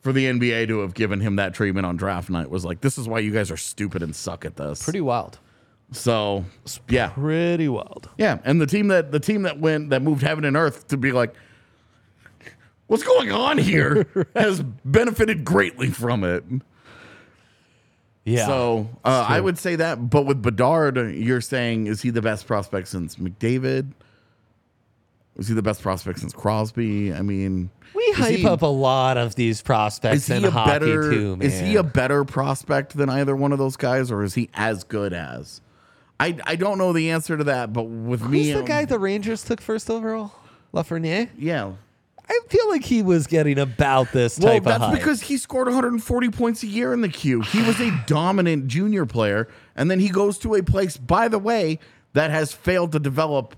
S2: for the NBA to have given him that treatment on draft night was like, this is why you guys are stupid and suck at this.
S1: Pretty wild.
S2: so yeah,
S1: Pretty wild.
S2: yeah, and the team that the team that went that moved heaven and earth to be like, what's going on here has benefited greatly from it.
S1: Yeah.
S2: so uh, I would say that. But with Bedard, you're saying is he the best prospect since McDavid? Is he the best prospect since Crosby? I mean,
S1: we
S2: is
S1: hype
S2: he-
S1: up a lot of these
S2: Is
S1: prospects
S2: he
S1: in
S2: a
S1: hockey
S2: better?
S1: too, man.
S2: Is he a better prospect than either one of those guys, or is he as good as? I, I don't know the answer to that, but with me,
S1: Who's the guy the Rangers took first overall? Lafreniere?
S2: yeah,
S1: I feel like he was getting about this type
S2: Well,
S1: of
S2: that's
S1: hype.
S2: because he scored 140 points a year in the queue. He was a dominant junior player, and then he goes to a place, by the way, that has failed to develop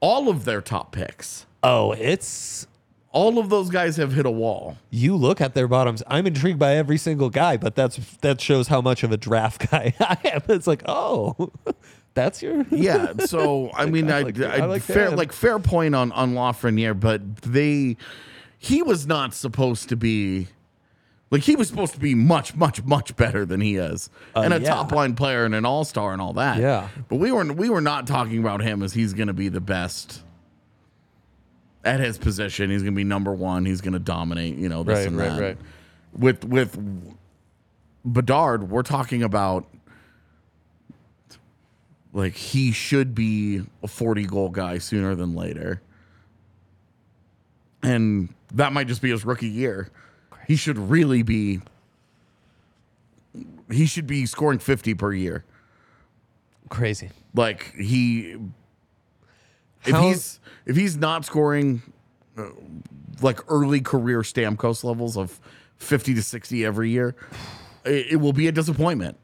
S2: all of their top picks.
S1: oh, it's
S2: All of those guys have hit a wall.
S1: you look at their bottoms. I'm intrigued by every single guy, but that's that shows how much of a draft guy I am. It's like, oh, that's your
S2: Yeah, so I mean, I,
S1: like-
S2: I,
S1: I like
S2: fair
S1: that.
S2: like fair point on on Lafreniere, but they he was not supposed to be like he was supposed to be much much much better than he is, and a
S1: Uh, yeah.
S2: top line player and an all star and all that.
S1: Yeah.
S2: but we were we were not talking about him as he's going to be the best at his position. He's going to be number one. He's going to dominate. You know, this
S1: Right,
S2: and
S1: right,
S2: that.
S1: right.
S2: With with Bedard, we're talking about like he should be a 40 goal guy sooner than later. And that might just be his rookie year. He should really be he should be scoring 50 per year.
S1: crazy.
S2: Like he if
S1: How-
S2: he's if he's not scoring uh, like early career Stamkos levels of 50 to 60 every year, it, it will be a disappointment.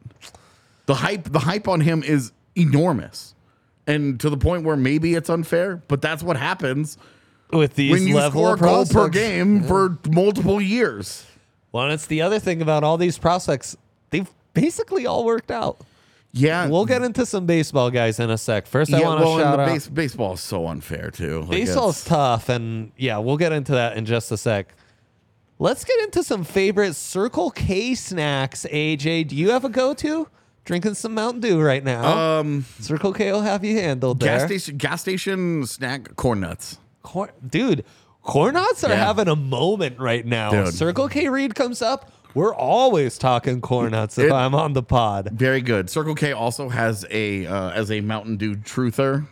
S2: The hype the hype on him is enormous. And to the point where maybe it's unfair, but that's what happens
S1: With these
S2: when you
S1: level
S2: score a
S1: of
S2: goal per
S1: prospects.
S2: game for multiple years.
S1: Well, and it's the other thing about all these prospects. They've basically all worked out.
S2: Yeah.
S1: We'll get into some baseball guys in a sec. First, I
S2: Uh, yeah,
S1: want to
S2: well, and
S1: shout
S2: the
S1: out.
S2: base, baseball is so unfair too. Like,
S1: Baseball's
S2: it's-
S1: tough, and yeah, we'll get into that in just a sec. Let's get into some favorite Circle K snacks. AJ, do you have a go-to? Drinking some Mountain Dew right now.
S2: um
S1: Circle K will have you handled
S2: gas
S1: there.
S2: station gas station snack corn nuts.
S1: Cor- Dude, Corn Nuts are
S2: Yeah.
S1: having a moment right now.
S2: Dude.
S1: Circle K Reed comes up. We're always talking Corn Nuts if
S2: It-
S1: I'm on the pod.
S2: Very good. Circle K also has a uh, as a Mountain Dew truther.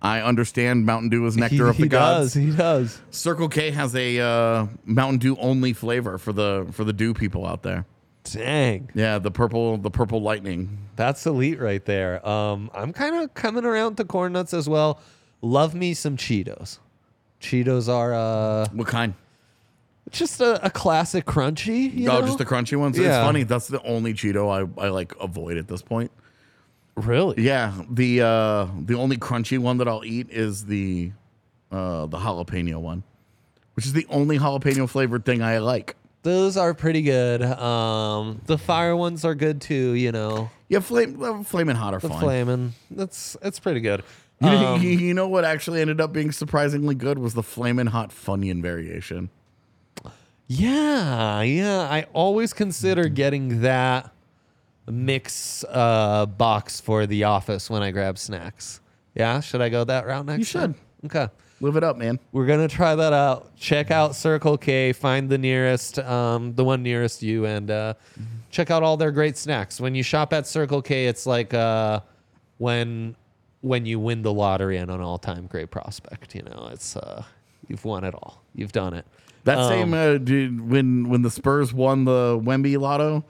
S2: I understand Mountain Dew is
S1: He,
S2: nectar of the
S1: he does.
S2: gods.
S1: He does.
S2: Circle K has a uh, Mountain Dew only flavor for the for the Dew people out there.
S1: Dang.
S2: Yeah, the purple the purple lightning.
S1: That's elite right there. Um, I'm kind of coming around to corn nuts as well. Love me some Cheetos. Cheetos are uh,
S2: What kind?
S1: just a, a classic crunchy. You
S2: oh,
S1: know?
S2: just the crunchy ones.
S1: Yeah.
S2: It's funny. That's the only Cheeto I, I like avoid at this point.
S1: really.
S2: Yeah, the uh, the only crunchy one that I'll eat is the uh, the jalapeno one, which is the only jalapeno flavored thing I like.
S1: Those are pretty good. Um, the fire ones are good too. You know,
S2: Yeah, flame uh, flaming hot are
S1: the
S2: fine.
S1: flamin'. That's it's pretty good.
S2: You, know,
S1: Um,
S2: you- you know what actually ended up being surprisingly good was the flaming hot Funyun variation. Mm-hmm.
S1: yeah, yeah. I always consider getting that. mix uh, box for the office when I grab snacks. Yeah, should I go that route next? You
S2: should.
S1: Okay.
S2: Live it up, man.
S1: We're gonna try that out. Check out Circle K. Find the nearest, um, the one nearest you, and uh, check out all their great snacks. When you shop at Circle K, it's like uh, when when you win the lottery and an all time great prospect. You know, it's uh, you've won it all. You've done it.
S2: That
S1: Um,
S2: same uh, dude when when the Spurs won the Wemby Lotto,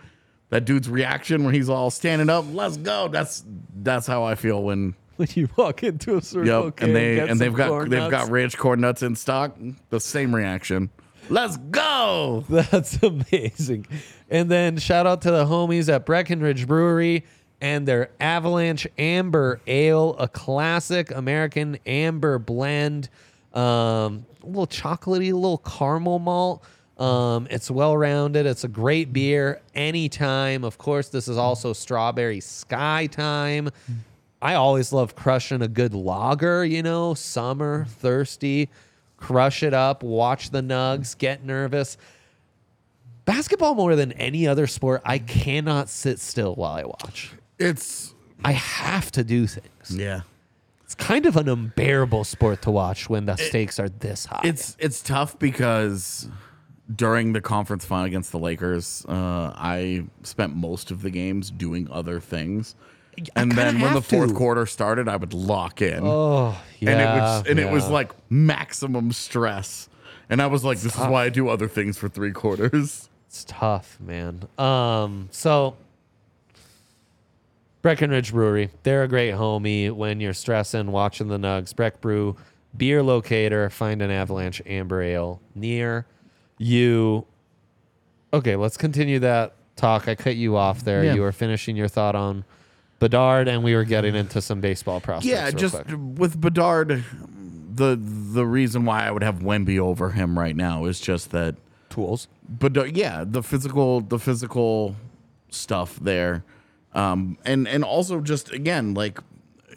S2: that dude's reaction when he's all standing up, "Let's go." That's that's how I feel when
S6: When you walk into a circle,
S2: yep.
S6: K
S2: and they
S6: get
S2: and they've
S6: some
S2: got
S6: corn
S2: they've
S6: nuts.
S2: got ranch corn nuts in stock. The same reaction. Let's go.
S1: That's amazing. And then shout out to the homies at Breckenridge Brewery and their Avalanche Amber Ale, a classic American amber blend. Um, a little chocolatey, a little caramel malt. Um, it's well rounded. It's a great beer anytime. Of course, this is also strawberry sky time. I always love crushing a good lager, you know, summer, thirsty, crush it up, watch the nugs, get nervous basketball more than any other sport i cannot sit still while i watch
S2: It's
S1: i have to do things
S2: yeah.
S1: it's kind of an unbearable sport to watch when the stakes are this high
S2: It's it's tough because during the conference final against the Lakers, uh, I spent most of the games doing other things. And
S1: kinda
S2: then when the
S1: have
S2: fourth
S1: to.
S2: quarter started, I would lock in.
S1: oh yeah
S2: and it was and it was
S1: yeah.
S2: like maximum stress. And I was like, this is why I do other things for three quarters.
S1: It's tough, man. Um, so Breckenridge Brewery, they're a great homie when you're stressing, watching the Nugs. Breck Brew, beer locator, find an Avalanche Amber Ale near you. Okay, let's continue that talk. I cut you off there.
S2: Yeah.
S1: You were finishing your thought on Bedard, and we were getting into some baseball prospects.
S2: Yeah,
S1: real
S2: just
S1: quick.
S2: with Bedard, the the reason why I would have Wemby over him right now is just that
S1: tools.
S2: but uh, yeah, the physical, the physical stuff there, um, and and also just again, like,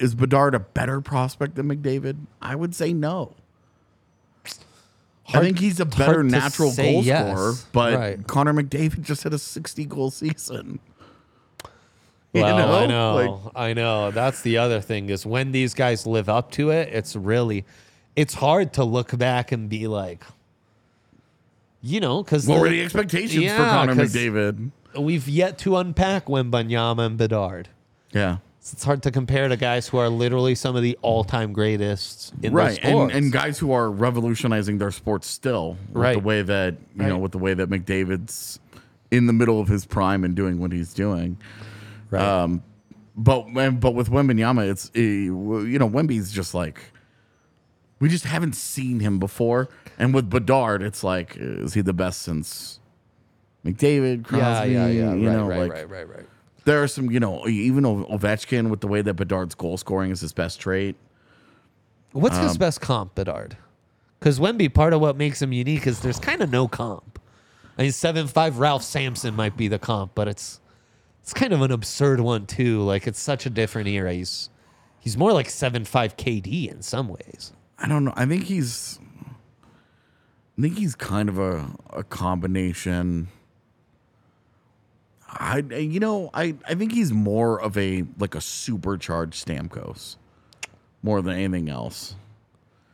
S2: is Bedard a better prospect than McDavid? I would say no. I think he's a better
S1: hard to
S2: natural
S1: say
S2: goal
S1: yes.
S2: scorer, but
S1: Right.
S2: Connor McDavid just had a sixty goal season. You
S1: Well, I
S2: know?
S1: know, I know. That's the other thing is when these guys live up to it, it's really, it's hard to look back and be like, you know, because
S2: What were the expectations for
S1: Yeah,
S2: Connor
S1: 'cause-
S2: McDavid?
S1: we've yet to unpack Wembanyama and Bedard.
S2: Yeah,
S1: So It's hard to compare to guys who are literally some of the all-time greatest in
S2: right.
S1: their
S2: And,
S1: sports.
S2: and guys who are revolutionizing their sports still, with The
S1: Right.
S2: way that you know,
S1: Right.
S2: with the way that McDavid's in the middle of his prime and doing what he's doing.
S1: right.
S2: um, But and- but with Wembenyama, it's eh, w- you know Wemby's just like we just haven't seen him before. And with Bedard, it's like is he the best since McDavid,
S1: yeah,
S2: Crosby?
S1: yeah, yeah.
S2: You
S1: right,
S2: know,
S1: right,
S2: like
S1: right, right, right.
S2: there are some you know even O- Ovechkin with the way that Bedard's goal scoring is his best trait.
S1: What's
S2: Um,
S1: his best comp, Bedard? Because Wemby, part of what makes him unique is there's kind of no comp. I mean, seven five Ralph Sampson might be the comp, but it's it's kind of an absurd one too. Like it's such a different era. He's he's more like seven five KD in some ways.
S2: I don't know. I think he's. I think he's kind of a, a combination. I you know I I think he's more of a like a supercharged Stamkos, more than anything else.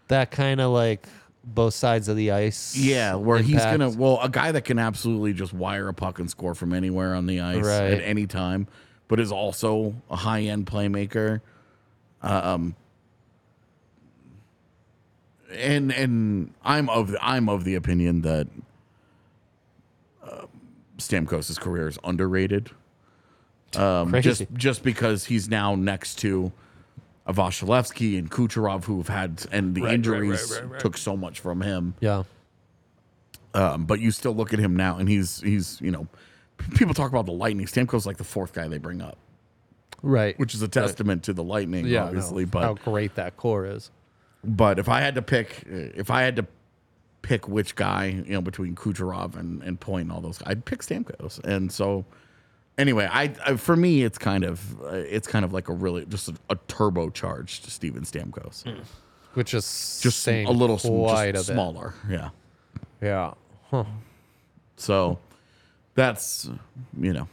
S1: That kind of like both sides of the ice.
S2: Yeah, where he's
S1: impact.
S2: gonna well a guy that can absolutely just wire a puck and score from anywhere on the ice
S1: Right.
S2: at any time, but is also a high end playmaker. Um, and and I'm of I'm of the opinion that uh, Stamkos' career is underrated. Um,
S1: Crazy.
S2: just just because he's now next to Avashalevsky and Kucherov, who have had and the injuries took so much from him.
S1: yeah.
S2: Um, but you still look at him now, and he's he's you know, p- people talk about the Lightning. Stamkos is like the fourth guy they bring up,
S1: Right.
S2: which is a testament to the Lightning,
S1: yeah,
S2: obviously.
S1: no,
S2: But
S1: how great that core is.
S2: but if I had to pick, if I had to pick which guy, you know, between Kucherov and and Point and all those, I'd pick Stamkos. And so, anyway, I, I for me, it's kind of uh, it's kind of like a really just a, a turbocharged Steven Stamkos,
S1: Which is
S2: just
S1: saying
S2: a little sm-
S1: Hmm. quite
S2: just
S1: a bit.
S2: smaller, yeah.
S1: Yeah. Huh.
S2: So that's you know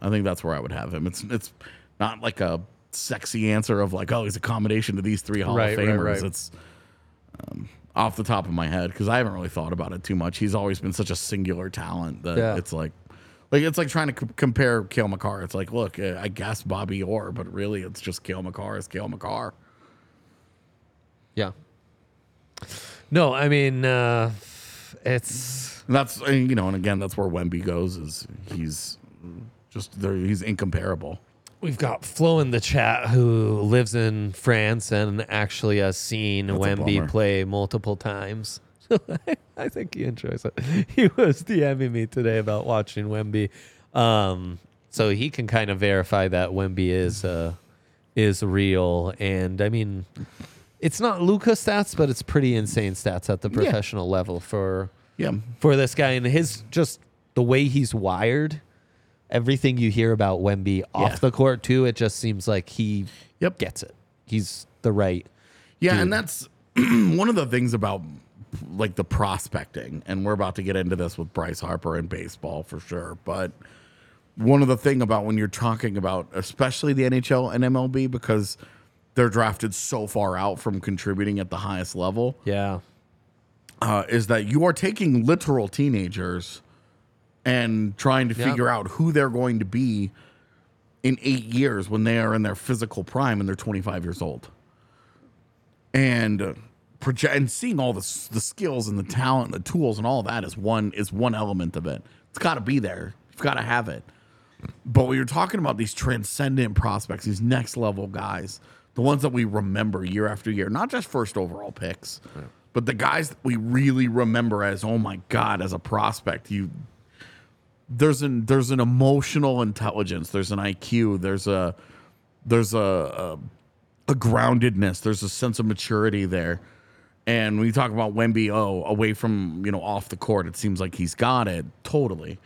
S2: I think that's where I would have him. It's it's not like a sexy answer of like, oh, he's a combination to these three Hall
S1: Right,
S2: of
S1: right,
S2: Famers.
S1: right.
S2: It's um, off the top of my head because I haven't really thought about it too much. He's always been such a singular talent that
S1: Yeah.
S2: it's like. Like it's like trying to c- compare Kale McCarr. It's like, look, uh, I guess Bobby Orr, but really it's just Kale McCarr is Kale McCarr.
S4: Yeah.
S1: No, I mean, uh, it's
S2: And that's and, you know, and again, that's where Wemby goes. Is he's just there? He's incomparable.
S1: we've got Flo in the chat who lives in France and actually has seen
S2: a bummer.
S1: Wemby play multiple times. I think he enjoys it. He was DMing me today about watching Wemby, um, so he can kind of verify that Wemby is uh, is real. And I mean, it's not Luca stats, but it's pretty insane stats at the professional level for
S2: Yeah,
S1: for this guy and his just the way he's wired. Everything you hear about Wemby off
S2: Yeah.
S1: the court too, it just seems like he
S2: Yep.
S1: gets it. He's the right.
S2: Yeah, and that's one of the things about like the prospecting, and we're about to get into this with Bryce Harper and baseball for sure. But one of the thing about when you're talking about, especially the NHL and MLB, because they're drafted so far out from contributing at the highest level,
S1: Yeah.
S2: uh, is that you are taking literal teenagers and trying to
S1: Yep.
S2: figure out who they're going to be in eight years when they are in their physical prime and they're 25 years old. And uh, proje- and seeing all the s- the skills and the talent, the tools, and all that is one is one element of it. It's got to be there. You've got to have it. But when you're talking about these transcendent prospects, these next level guys, the ones that we remember year after year, not just first overall picks, but the guys that we really remember as, oh my God, as a prospect, you there's an there's an emotional intelligence, there's an IQ, there's a there's a a, a groundedness, there's a sense of maturity there. And when you talk about Wemby, oh, away from you know off the court, it seems like he's got it totally.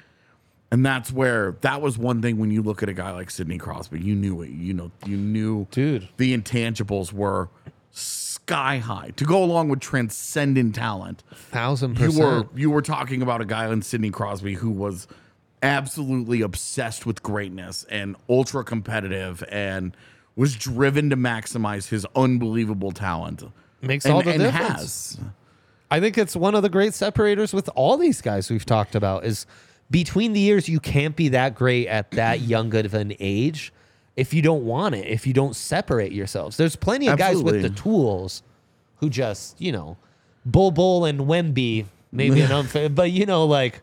S2: And that's where that was one thing when you look at a guy like Sidney Crosby, you knew it. You know, you knew
S1: Dude.
S2: the intangibles were sky high to go along with transcendent talent.
S1: Thousand
S2: You
S1: percent.
S2: were you were talking about a guy in Sidney Crosby who was absolutely obsessed with greatness and ultra competitive and was driven to maximize his unbelievable talent.
S1: Makes
S2: and,
S1: all the
S2: and
S1: difference.
S2: has.
S1: I think it's one of the great separators with all these guys we've talked about is between the years you can't be that great at that young of an age if you don't want it, if you don't separate yourselves. There's plenty of guys
S2: Absolutely.
S1: with the tools who just, you know, Bull Bull and Wemby, maybe an unfair, but you know, like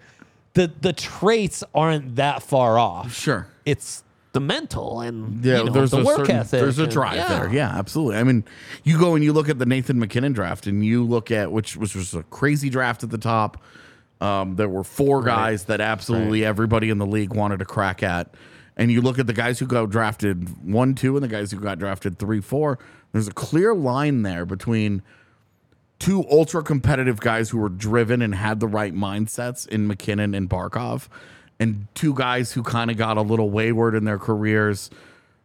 S1: the the traits aren't that far off.
S2: Sure.
S1: It's the mental and
S2: Yeah,
S1: you know,
S2: there's
S1: the
S2: a
S1: work
S2: certain,
S1: ethic.
S2: There's a
S1: and-
S2: drive there. Yeah, absolutely. I mean, you go and you look at the Nathan McKinnon draft, and you look at which which was a crazy draft at the top. Um, there were four guys that absolutely everybody in the league wanted to crack at, and you look at the guys who got drafted one, two, and the guys who got drafted three, four. There's a clear line there between two ultra competitive guys who were driven and had the right mindsets in McKinnon and Barkov, and two guys who kind of got a little wayward in their careers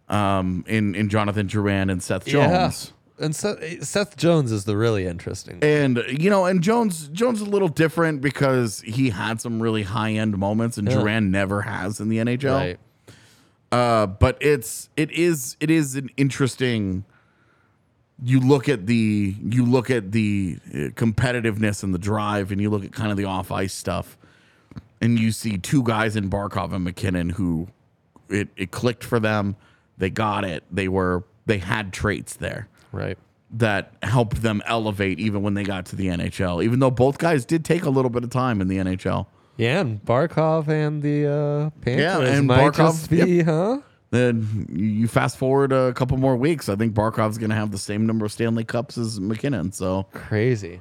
S2: um, in, in Jonathan Duran and Seth Jones.
S1: And Seth, Seth Jones is the really interesting.
S2: And you know, and Jones Jones is a little different because he had some really high end moments, and Duran never has in the NHL.
S1: Right.
S2: Uh, but it's it is it is an interesting. You look at the you look at the uh, competitiveness and the drive, and you look at kind of the off ice stuff, and you see two guys in Barkov and McKinnon who it it clicked for them. They got it. They were they had traits there
S1: Right.
S2: that helped them elevate even when they got to the NHL. Even though both guys did take a little bit of time in the NHL.
S1: Yeah, and Barkov and the uh, Panthers
S2: and
S1: might
S2: Barkov,
S1: just be,
S2: yep.
S1: huh?
S2: Then you fast forward a couple more weeks. I think Barkov's going to have the same number of Stanley Cups as McKinnon. So
S1: Crazy.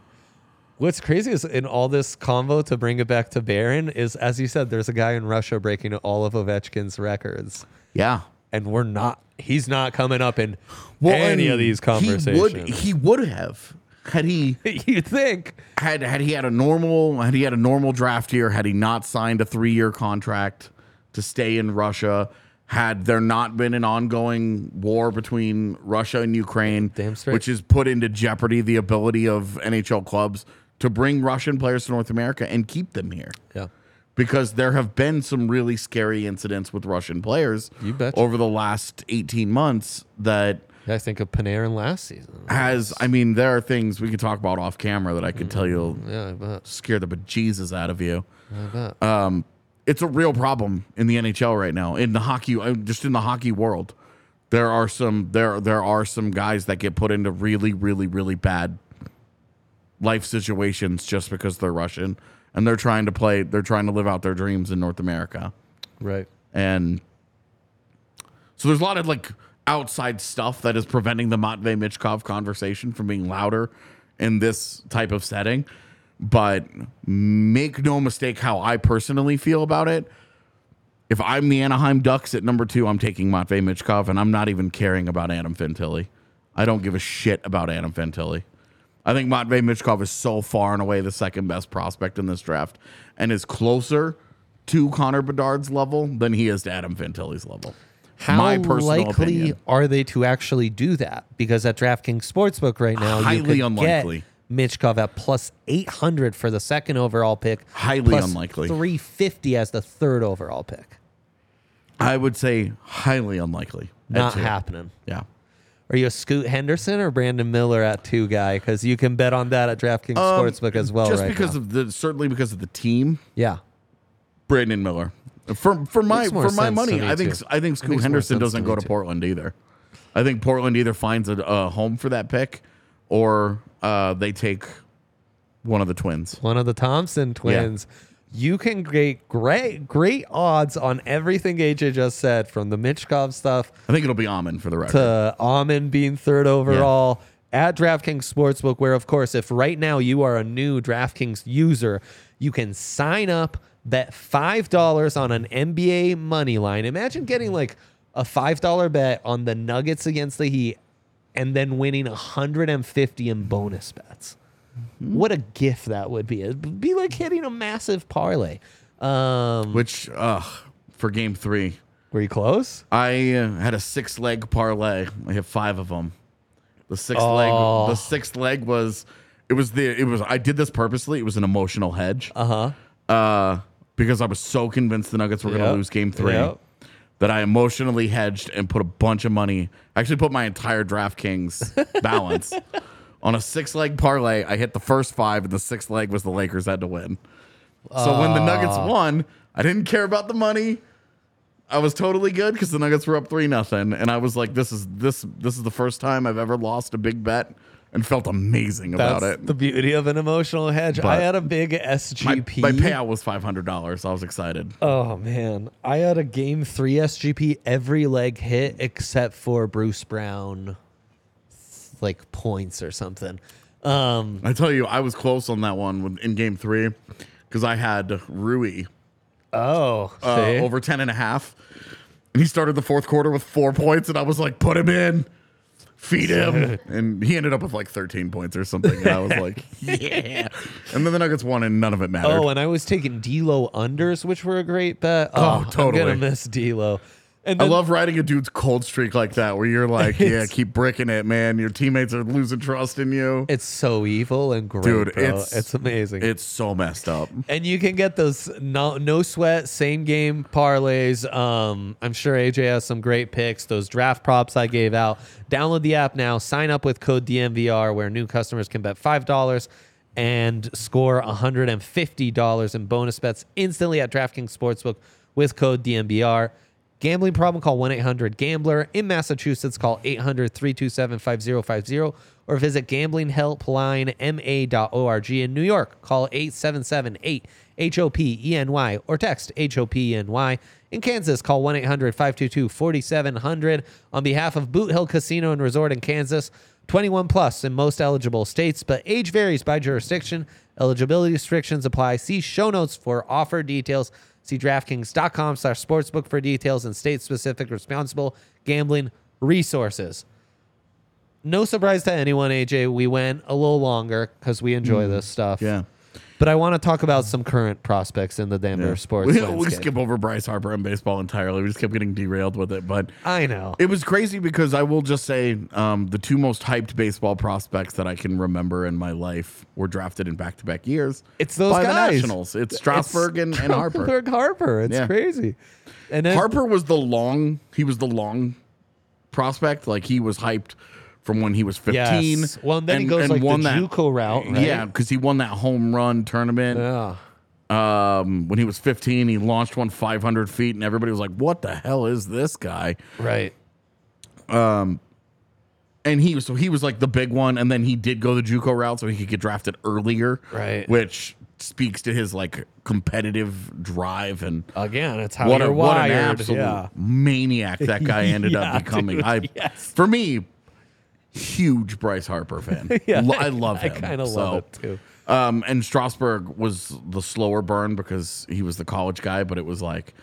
S1: What's crazy is in all this convo to bring it back to Baron is, as you said, there's a guy in Russia breaking all of Ovechkin's records,
S2: yeah,
S1: and we're not. He's not coming up in any
S2: and
S1: of these
S2: He would,
S1: conversations.
S2: he would have had he
S1: you think?
S2: had had he had a normal had he had a normal draft year, had he not signed a three year contract to stay in Russia, had there not been an ongoing war between Russia and Ukraine,
S1: Damn straight.
S2: which has put into jeopardy the ability of NHL clubs to bring Russian players to North America and keep them here.
S1: Yeah.
S2: because there have been some really scary incidents with Russian players
S1: You betcha.
S2: over the last 18 months that
S1: I think of Panarin last season.
S2: has, I mean, there are things we could talk about off camera that I could tell you
S1: Mm, Yeah, I bet.
S2: scare the bejesus out of you. Um,
S1: I bet.
S2: it's a real problem in the NHL right now. In the hockey, uh, just in the hockey world, there are some there there are some guys that get put into really really really bad life situations just because they're Russian and they're trying to play they're trying to live out their dreams in North America.
S1: right.
S2: And so there's a lot of like outside stuff that is preventing the Matvey Michkov conversation from being louder in this type of setting. But make no mistake how I personally feel about it. If I'm the Anaheim Ducks at number two, I'm taking Matvey Michkov, and I'm not even caring about Adam Fantilli. I don't give a shit about Adam Fantilli. I think Matvey Michkov is so far and away the second best prospect in this draft and is closer to Connor Bedard's level than he is to Adam Fantilli's level.
S1: How likely are they to actually do that? Because at DraftKings Sportsbook right now, you
S2: Highly
S1: could
S2: unlikely.
S1: Get Mitchkov at plus 800 for the second overall pick.
S2: Highly
S1: plus
S2: unlikely.
S1: 350 as the third overall pick.
S2: I would say highly unlikely. at
S1: Not
S2: two.
S1: happening.
S2: Yeah.
S1: Are you a Scoot Henderson or Brandon Miller at two guy? Because you can bet on that at DraftKings Sportsbook as well.
S2: Um, Just
S1: Oh, right
S2: because
S1: now.
S2: of the certainly because of the team,
S1: yeah,
S2: Brandon Miller. For for my
S1: Makes more
S2: for my
S1: sense to
S2: money,
S1: me,
S2: I think
S1: too.
S2: I think Scoot
S1: Makes more
S2: Henderson
S1: sense to
S2: doesn't
S1: me,
S2: go to
S1: too.
S2: Portland either. I think Portland either finds a, a home for that pick or uh, they take one of the twins.
S1: one of the Thompson twins. You can get great great odds on everything AJ just said, from the Mitchkov stuff
S2: I think it'll be Amon for the record.
S1: to Amon being third overall at DraftKings Sportsbook, where, of course, if right now you are a new DraftKings user, you can sign up, bet $5 on an NBA money line. Imagine getting like a $5 bet on the Nuggets against the Heat and then winning 150 in bonus bets. What a gift that would be. It'd be like hitting a massive parlay. Um,
S2: Which, uh, for game three,
S1: were you close?
S2: I uh, had a six leg parlay. I hit five of them. The sixth leg,
S1: Oh.
S2: the sixth leg was, it was the, it was. I did this purposely. It was an emotional hedge.
S1: Uh-huh.
S2: Uh huh. Uh, because I was so convinced the Nuggets were going
S1: Yep.
S2: to lose game three
S1: Yep.
S2: that I emotionally hedged and put a bunch of money. I actually put my entire DraftKings balance on a six leg parlay. I hit the first five, and the sixth leg was the Lakers had to win. So when the Nuggets won, I didn't care about the money. I was totally good because the Nuggets were up three nothing, and I was like, "This is this this is the first time I've ever lost a big bet and felt amazing about
S1: That's
S2: it."
S1: the beauty of an emotional hedge. I
S2: But-
S1: had a big
S2: My,
S1: SGP.
S2: my payout was five hundred dollars. I was excited.
S1: Oh man, I had a game three SGP. Every leg hit except for Bruce Brown, like points or something. Um,
S2: I tell you, I was close on that one with- in game three because I had Rui
S1: oh,
S2: uh,
S1: see?
S2: over 10 and a half. And he started the fourth quarter with four points, and I was like, put him in, feed him. and he ended up with like 13 points or something. And I was like, yeah. And then the Nuggets won, and none of it mattered.
S1: oh, and I was taking D'Lo unders, which were a great bet.
S2: Oh, totally.
S1: I'm gonna miss D'Lo. And
S2: I
S1: then
S2: love riding a dude's cold streak like that, where you're like, yeah,
S1: It's-
S2: keep bricking it, man. Your teammates are losing trust in you.
S1: it's so evil and great,
S2: Dude,
S1: bro.
S2: it's-
S1: it's amazing.
S2: It's so messed up.
S1: and you can get those no, no sweat same game parlays um, i'm sure aj has some great picks those draft props i gave out download the app now sign up with code dmvr where new customers can bet $5 and score $150 in bonus bets instantly at draftkings sportsbook with code dmvr Gambling problem, call 1 800 Gambler. In Massachusetts, call 800 327 5050 or visit gamblinghelplinema.org. In New York, call 877 8 H O P E N Y or text H O P E N Y. In Kansas, call 1 800 522 4700 on behalf of Boot Hill Casino and Resort in Kansas. 21 plus in most eligible states, but age varies by jurisdiction. Eligibility restrictions apply. See show notes for offer details. See DraftKings.com slash sportsbook for details and state specific responsible gambling resources. No surprise to anyone, AJ. We went a little longer because we enjoy this stuff.
S2: Mm. Yeah.
S1: But I want to talk about some current prospects in the Denver sports
S2: we, we
S1: landscape.
S2: skip over Bryce Harper and baseball entirely. We just kept getting derailed with it, but
S1: I know.
S2: it was crazy because I will just say um, the two most hyped baseball prospects that I can remember in my life were drafted in back-to-back years.
S1: It's those
S2: by
S1: guys.
S2: the Nationals. It's Strasburg and, and Harper.
S1: Strasburg Harper. It's
S2: Yeah.
S1: crazy. And then
S2: Harper was the long. He was the long prospect. Like he was hyped from when he was fifteen.
S1: Yes. Well, and then he goes like the JUCO route, right?
S2: Yeah, because he won that home run tournament.
S1: Yeah.
S2: um, when he was 15, he launched one 500 feet, and everybody was like, "What the hell is this guy?"
S1: Right.
S2: And he was so he was like the big one, and then he did go the JUCO route, so he could get drafted earlier,
S1: Right.
S2: Which speaks to his like competitive drive and
S1: Again, it's how
S2: what,
S1: Uh, you're
S2: a, what an
S1: wired.
S2: absolute
S1: yeah.
S2: maniac that guy ended
S1: Yeah,
S2: up becoming.
S1: dude,
S2: I
S1: yes.
S2: for me, huge Bryce Harper fan.
S1: Yeah,
S2: Lo- I love
S1: I
S2: him.
S1: kinda love it, too.
S2: Um, and Strasburg was the slower burn because he was the college guy, but it was like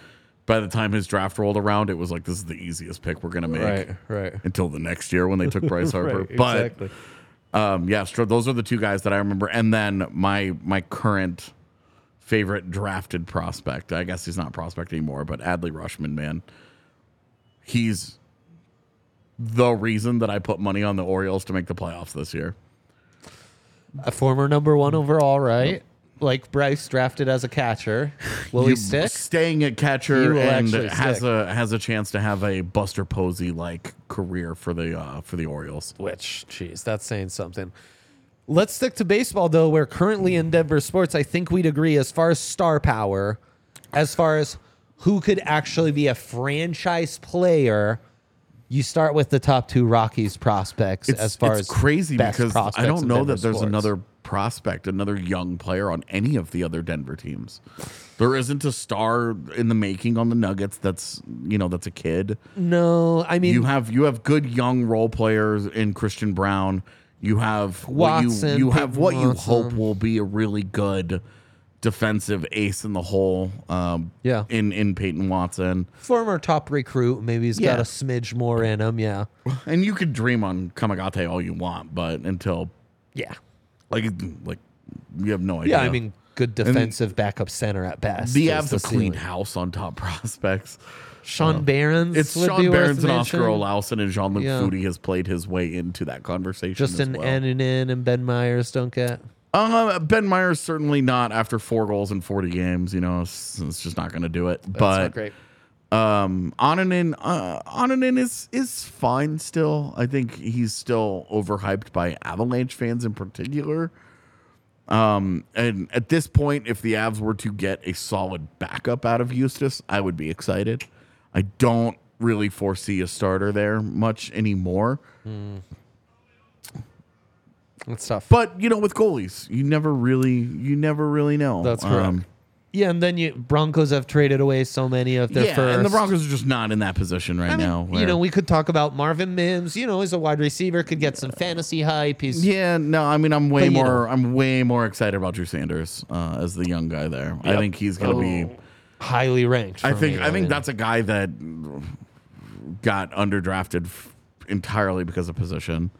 S2: by the time his draft rolled around, it was like this is the easiest pick we're gonna make
S1: Right. Right.
S2: until the next year when they took Bryce Harper.
S1: Right,
S2: but
S1: exactly.
S2: um, yeah, Stro- those are the two guys that I remember. And then my my current favorite drafted prospect. I guess he's not prospect anymore, but Adley Rushman, man, he's the reason that I put money on the Orioles to make the playoffs this year.
S1: a former number one overall, right? Like Bryce drafted as a catcher. Will he
S2: You-
S1: stick?
S2: Staying at
S1: He
S2: catcher
S1: will
S2: and
S1: actually
S2: has
S1: stick.
S2: a has a chance to have a Buster Posey like career for the uh, for the Orioles.
S1: Which, geez, that's saying something. Let's stick to baseball, though. We're currently in Denver sports. I think we'd agree as far as star power, as far as who could actually be a franchise player. You start with the top two Rockies prospects as far as
S2: crazy
S1: best
S2: because I
S1: prospects
S2: don't
S1: in
S2: know
S1: Denver
S2: that there's
S1: sports.
S2: another prospect, another young player on any of the other Denver teams. There isn't a star in the making on the Nuggets that's you know that's a kid.
S1: No, I mean
S2: You have you have good young role players in Christian Brown. You have what
S1: Watson,
S2: you, you have what you
S1: Watson.
S2: hope will be a really good defensive ace in the hole. Um,
S1: Yeah.
S2: in in Peyton Watson,
S1: former top recruit. Maybe he's got
S2: Yeah.
S1: a smidge more in him. Yeah,
S2: and you could dream on Kamagate all you want, but until
S1: yeah.
S2: like like you have no idea.
S1: Yeah, I mean, good defensive backup center at best.
S2: The
S1: is
S2: Avs have
S1: ceiling.
S2: clean house on top prospects.
S1: Sean Barons.
S2: It's
S1: would be
S2: Sean
S1: worth
S2: Barons and Oscar
S1: mentioning.
S2: Olausen and Jean Luc
S1: Yeah.
S2: Foodie has played his way into that conversation.
S1: Justin
S2: as well.
S1: Ananin and Ben Myers don't get.
S2: Uh, ben Myers certainly not after four goals in forty games. You know, it's, it's just not going to do it. but um, Onanin, uh, Onanin is is fine still. I think he's still overhyped by Avalanche fans in particular. Um, and at this point, if the Avs were to get a solid backup out of Eustace, I would be excited. I don't really foresee a starter there much anymore.
S1: That's tough.
S2: But you know, with goalies, you never really, you never really know. Um,
S1: That's correct. yeah, and then you Broncos have traded away so many of their
S2: yeah,
S1: first.
S2: and the Broncos are just not in that position right
S1: I mean,
S2: now.
S1: you
S2: where-
S1: know, we could talk about Marvin Mims. You know, he's a wide receiver, could get some fantasy hype. He's
S2: Yeah, no, I mean, I'm way
S1: But, you
S2: more, I'm way more excited about Drew Sanders uh, as the young guy there. I think he's gonna be.
S1: highly ranked.
S2: I
S1: Oh, for
S2: think,
S1: me,
S2: I think
S1: mean,
S2: that's a guy that got underdrafted f- entirely because of position.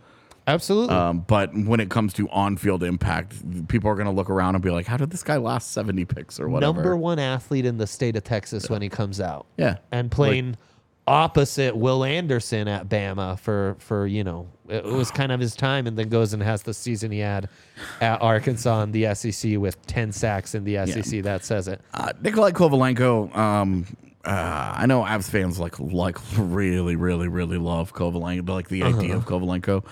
S1: absolutely.
S2: Um, but when it comes to on-field impact, people are gonna look around and be like, "How did this guy last 70 picks or whatever?"
S1: number one athlete in the state of Texas when he comes out.
S2: Yeah.
S1: And playing opposite Will Anderson at Bama for, for you know, it was kind of his time and then goes and has the season he had at Arkansas in the SEC with 10 sacks in the SEC. That says it.
S2: Uh, Nikolai Kovalenko, um, uh, I know Avs fans like like really really really love Kovalenko, like the
S1: Uh-huh.
S2: idea of Kovalenko.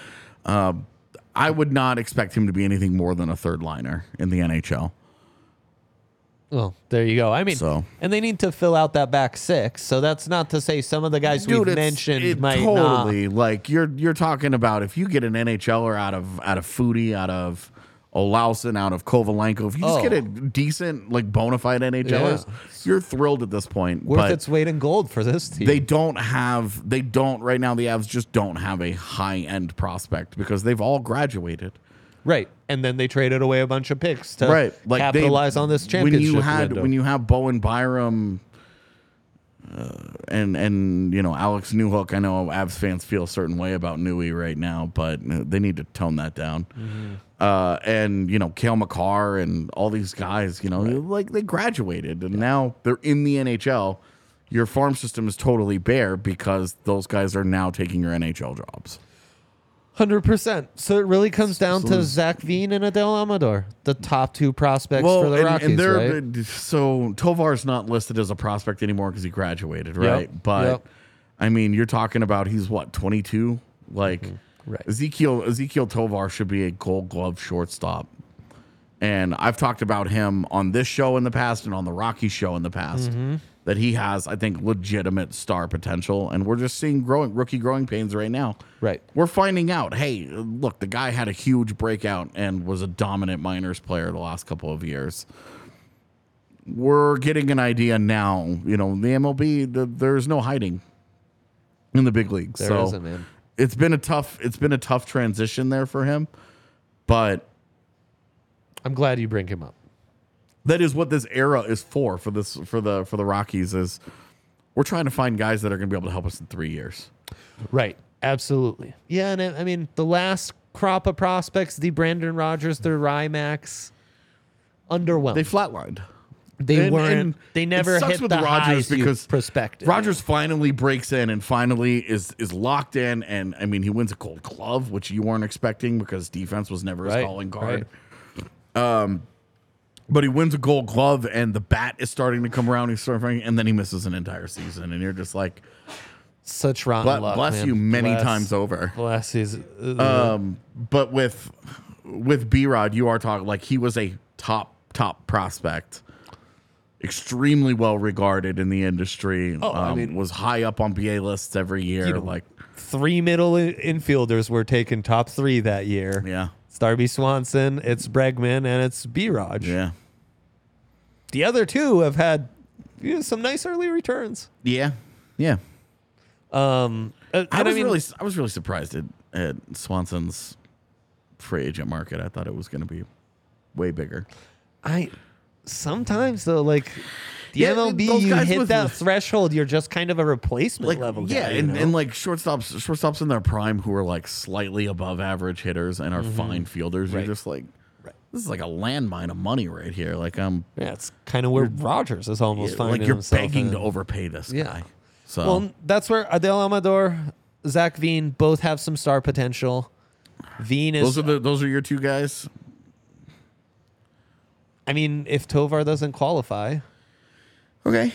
S2: Um, I would not expect him to be anything more than a third liner in the NHL.
S1: Well, there you go. I mean,
S2: So.
S1: and they need to fill out that back six. So that's not to say some of the guys we've
S2: it's-
S1: mentioned
S2: it
S1: might not.
S2: totally like you're you're talking about if you get an NHLer out of out of Foodie, out of Olausen, out of Kovalenko, if you just
S1: Oh.
S2: get a decent like bona fide NHLers, you're thrilled at this point.
S1: Worth
S2: but-
S1: its weight in gold for this team.
S2: they don't have they don't right now the avs just don't have a high end prospect because they've all graduated
S1: right. And then they traded away a bunch of picks to
S2: like they-
S1: capitalize on this championship.
S2: when you had
S1: window.
S2: when you have bowen byram uh, and and you know alex newhook i
S1: Mm-hmm.
S2: know avs fans feel a certain way about newey right now but uh, they need to tone that down uh, and you know Kale McCarr and all these guys. You know, like they graduated and now they're in the NHL. Your farm system is totally bare because those guys are now taking your NHL jobs.
S1: Hundred percent. So it really comes down to Zach Veen and Adele Amador, the top two prospects for the Rockies, right?
S2: so Tovar's not listed as a prospect anymore because he graduated, right? But
S1: yep.
S2: I mean, you're talking about he's what 22. Like
S1: Mm-hmm. right.
S2: Ezekiel Ezekiel Tovar should be a Gold Glove shortstop, and I've talked about him on this show in the past and on the Rocky show in the past
S1: Mm-hmm.
S2: that he has, I think, legitimate star potential, and we're just seeing growing rookie growing pains right now.
S1: Right.
S2: We're finding out, hey, look, the guy had a huge breakout and was a dominant minors player the last couple of years we're getting an idea now. You know, the MLB, the, there's no hiding in the big leagues.
S1: There
S2: so
S1: isn't, man.
S2: it's been a tough, it's been a tough transition there for him, but
S1: I'm glad you bring him up.
S2: that is what this era is for. For this, for the for the Rockies, is we're trying to find guys that are going to be able to help us in three years.
S1: Right. Absolutely. Yeah, and I, I mean the last crop of prospects, the Brandon Rogers, the Rymax, underwhelmed.
S2: They flatlined.
S1: They
S2: And-
S1: weren't.
S2: and
S1: they never
S2: it sucks
S1: hit
S2: with
S1: the
S2: Rogers
S1: highs
S2: because
S1: because perspective.
S2: Rogers finally breaks in and finally is is locked in, and I mean he wins a Gold Glove, which you weren't expecting because defense was never his
S1: Right,
S2: calling card. Um, but he wins a Gold Glove, and the bat is starting to come around. He's starting, and then he misses an entire season, and you're just like,
S1: such rotten
S2: "Ble-
S1: luck.
S2: bless
S1: man.
S2: you, many
S1: Bless-
S2: times over.
S1: Bless his.
S2: Um, but with with B Rod, you are talking like he was a top top prospect, extremely well regarded in the industry. Oh,
S1: I mean-
S2: was high up on BA lists every year. like,
S1: three middle in- infielders were taken top three that year.
S2: yeah,
S1: It's Darby Swanson, it's Bregman, and it's B. Raj.
S2: yeah,
S1: The other two have had you know, some nice early returns.
S2: yeah, yeah.
S1: Um, uh,
S2: I
S1: and
S2: was
S1: mean,
S2: really I was really surprised at, at Swanson's free agent market. I thought it was going to be way bigger.
S1: I sometimes though like. The
S2: Yeah,
S1: MLB,
S2: those
S1: you
S2: guys
S1: hit
S2: with-
S1: that threshold, you're just kind of a replacement
S2: like
S1: level
S2: yeah,
S1: guy. you
S2: and,
S1: know?
S2: and like shortstops, shortstops in their prime who are like slightly above average hitters and are fine fielders.
S1: Mm-hmm. Right.
S2: You're just like, this is like a landmine of money right here. Like I'm,
S1: yeah, it's kind of where Rogers is almost finding
S2: like you're
S1: himself
S2: begging
S1: in.
S2: to Um, overpay this
S1: Yeah.
S2: guy. So
S1: Well, that's where Adele Amador, Zach Veen both have some star potential. Veen is,
S2: those are the those are your two guys.
S1: I mean, if Tovar doesn't qualify,
S2: Okay.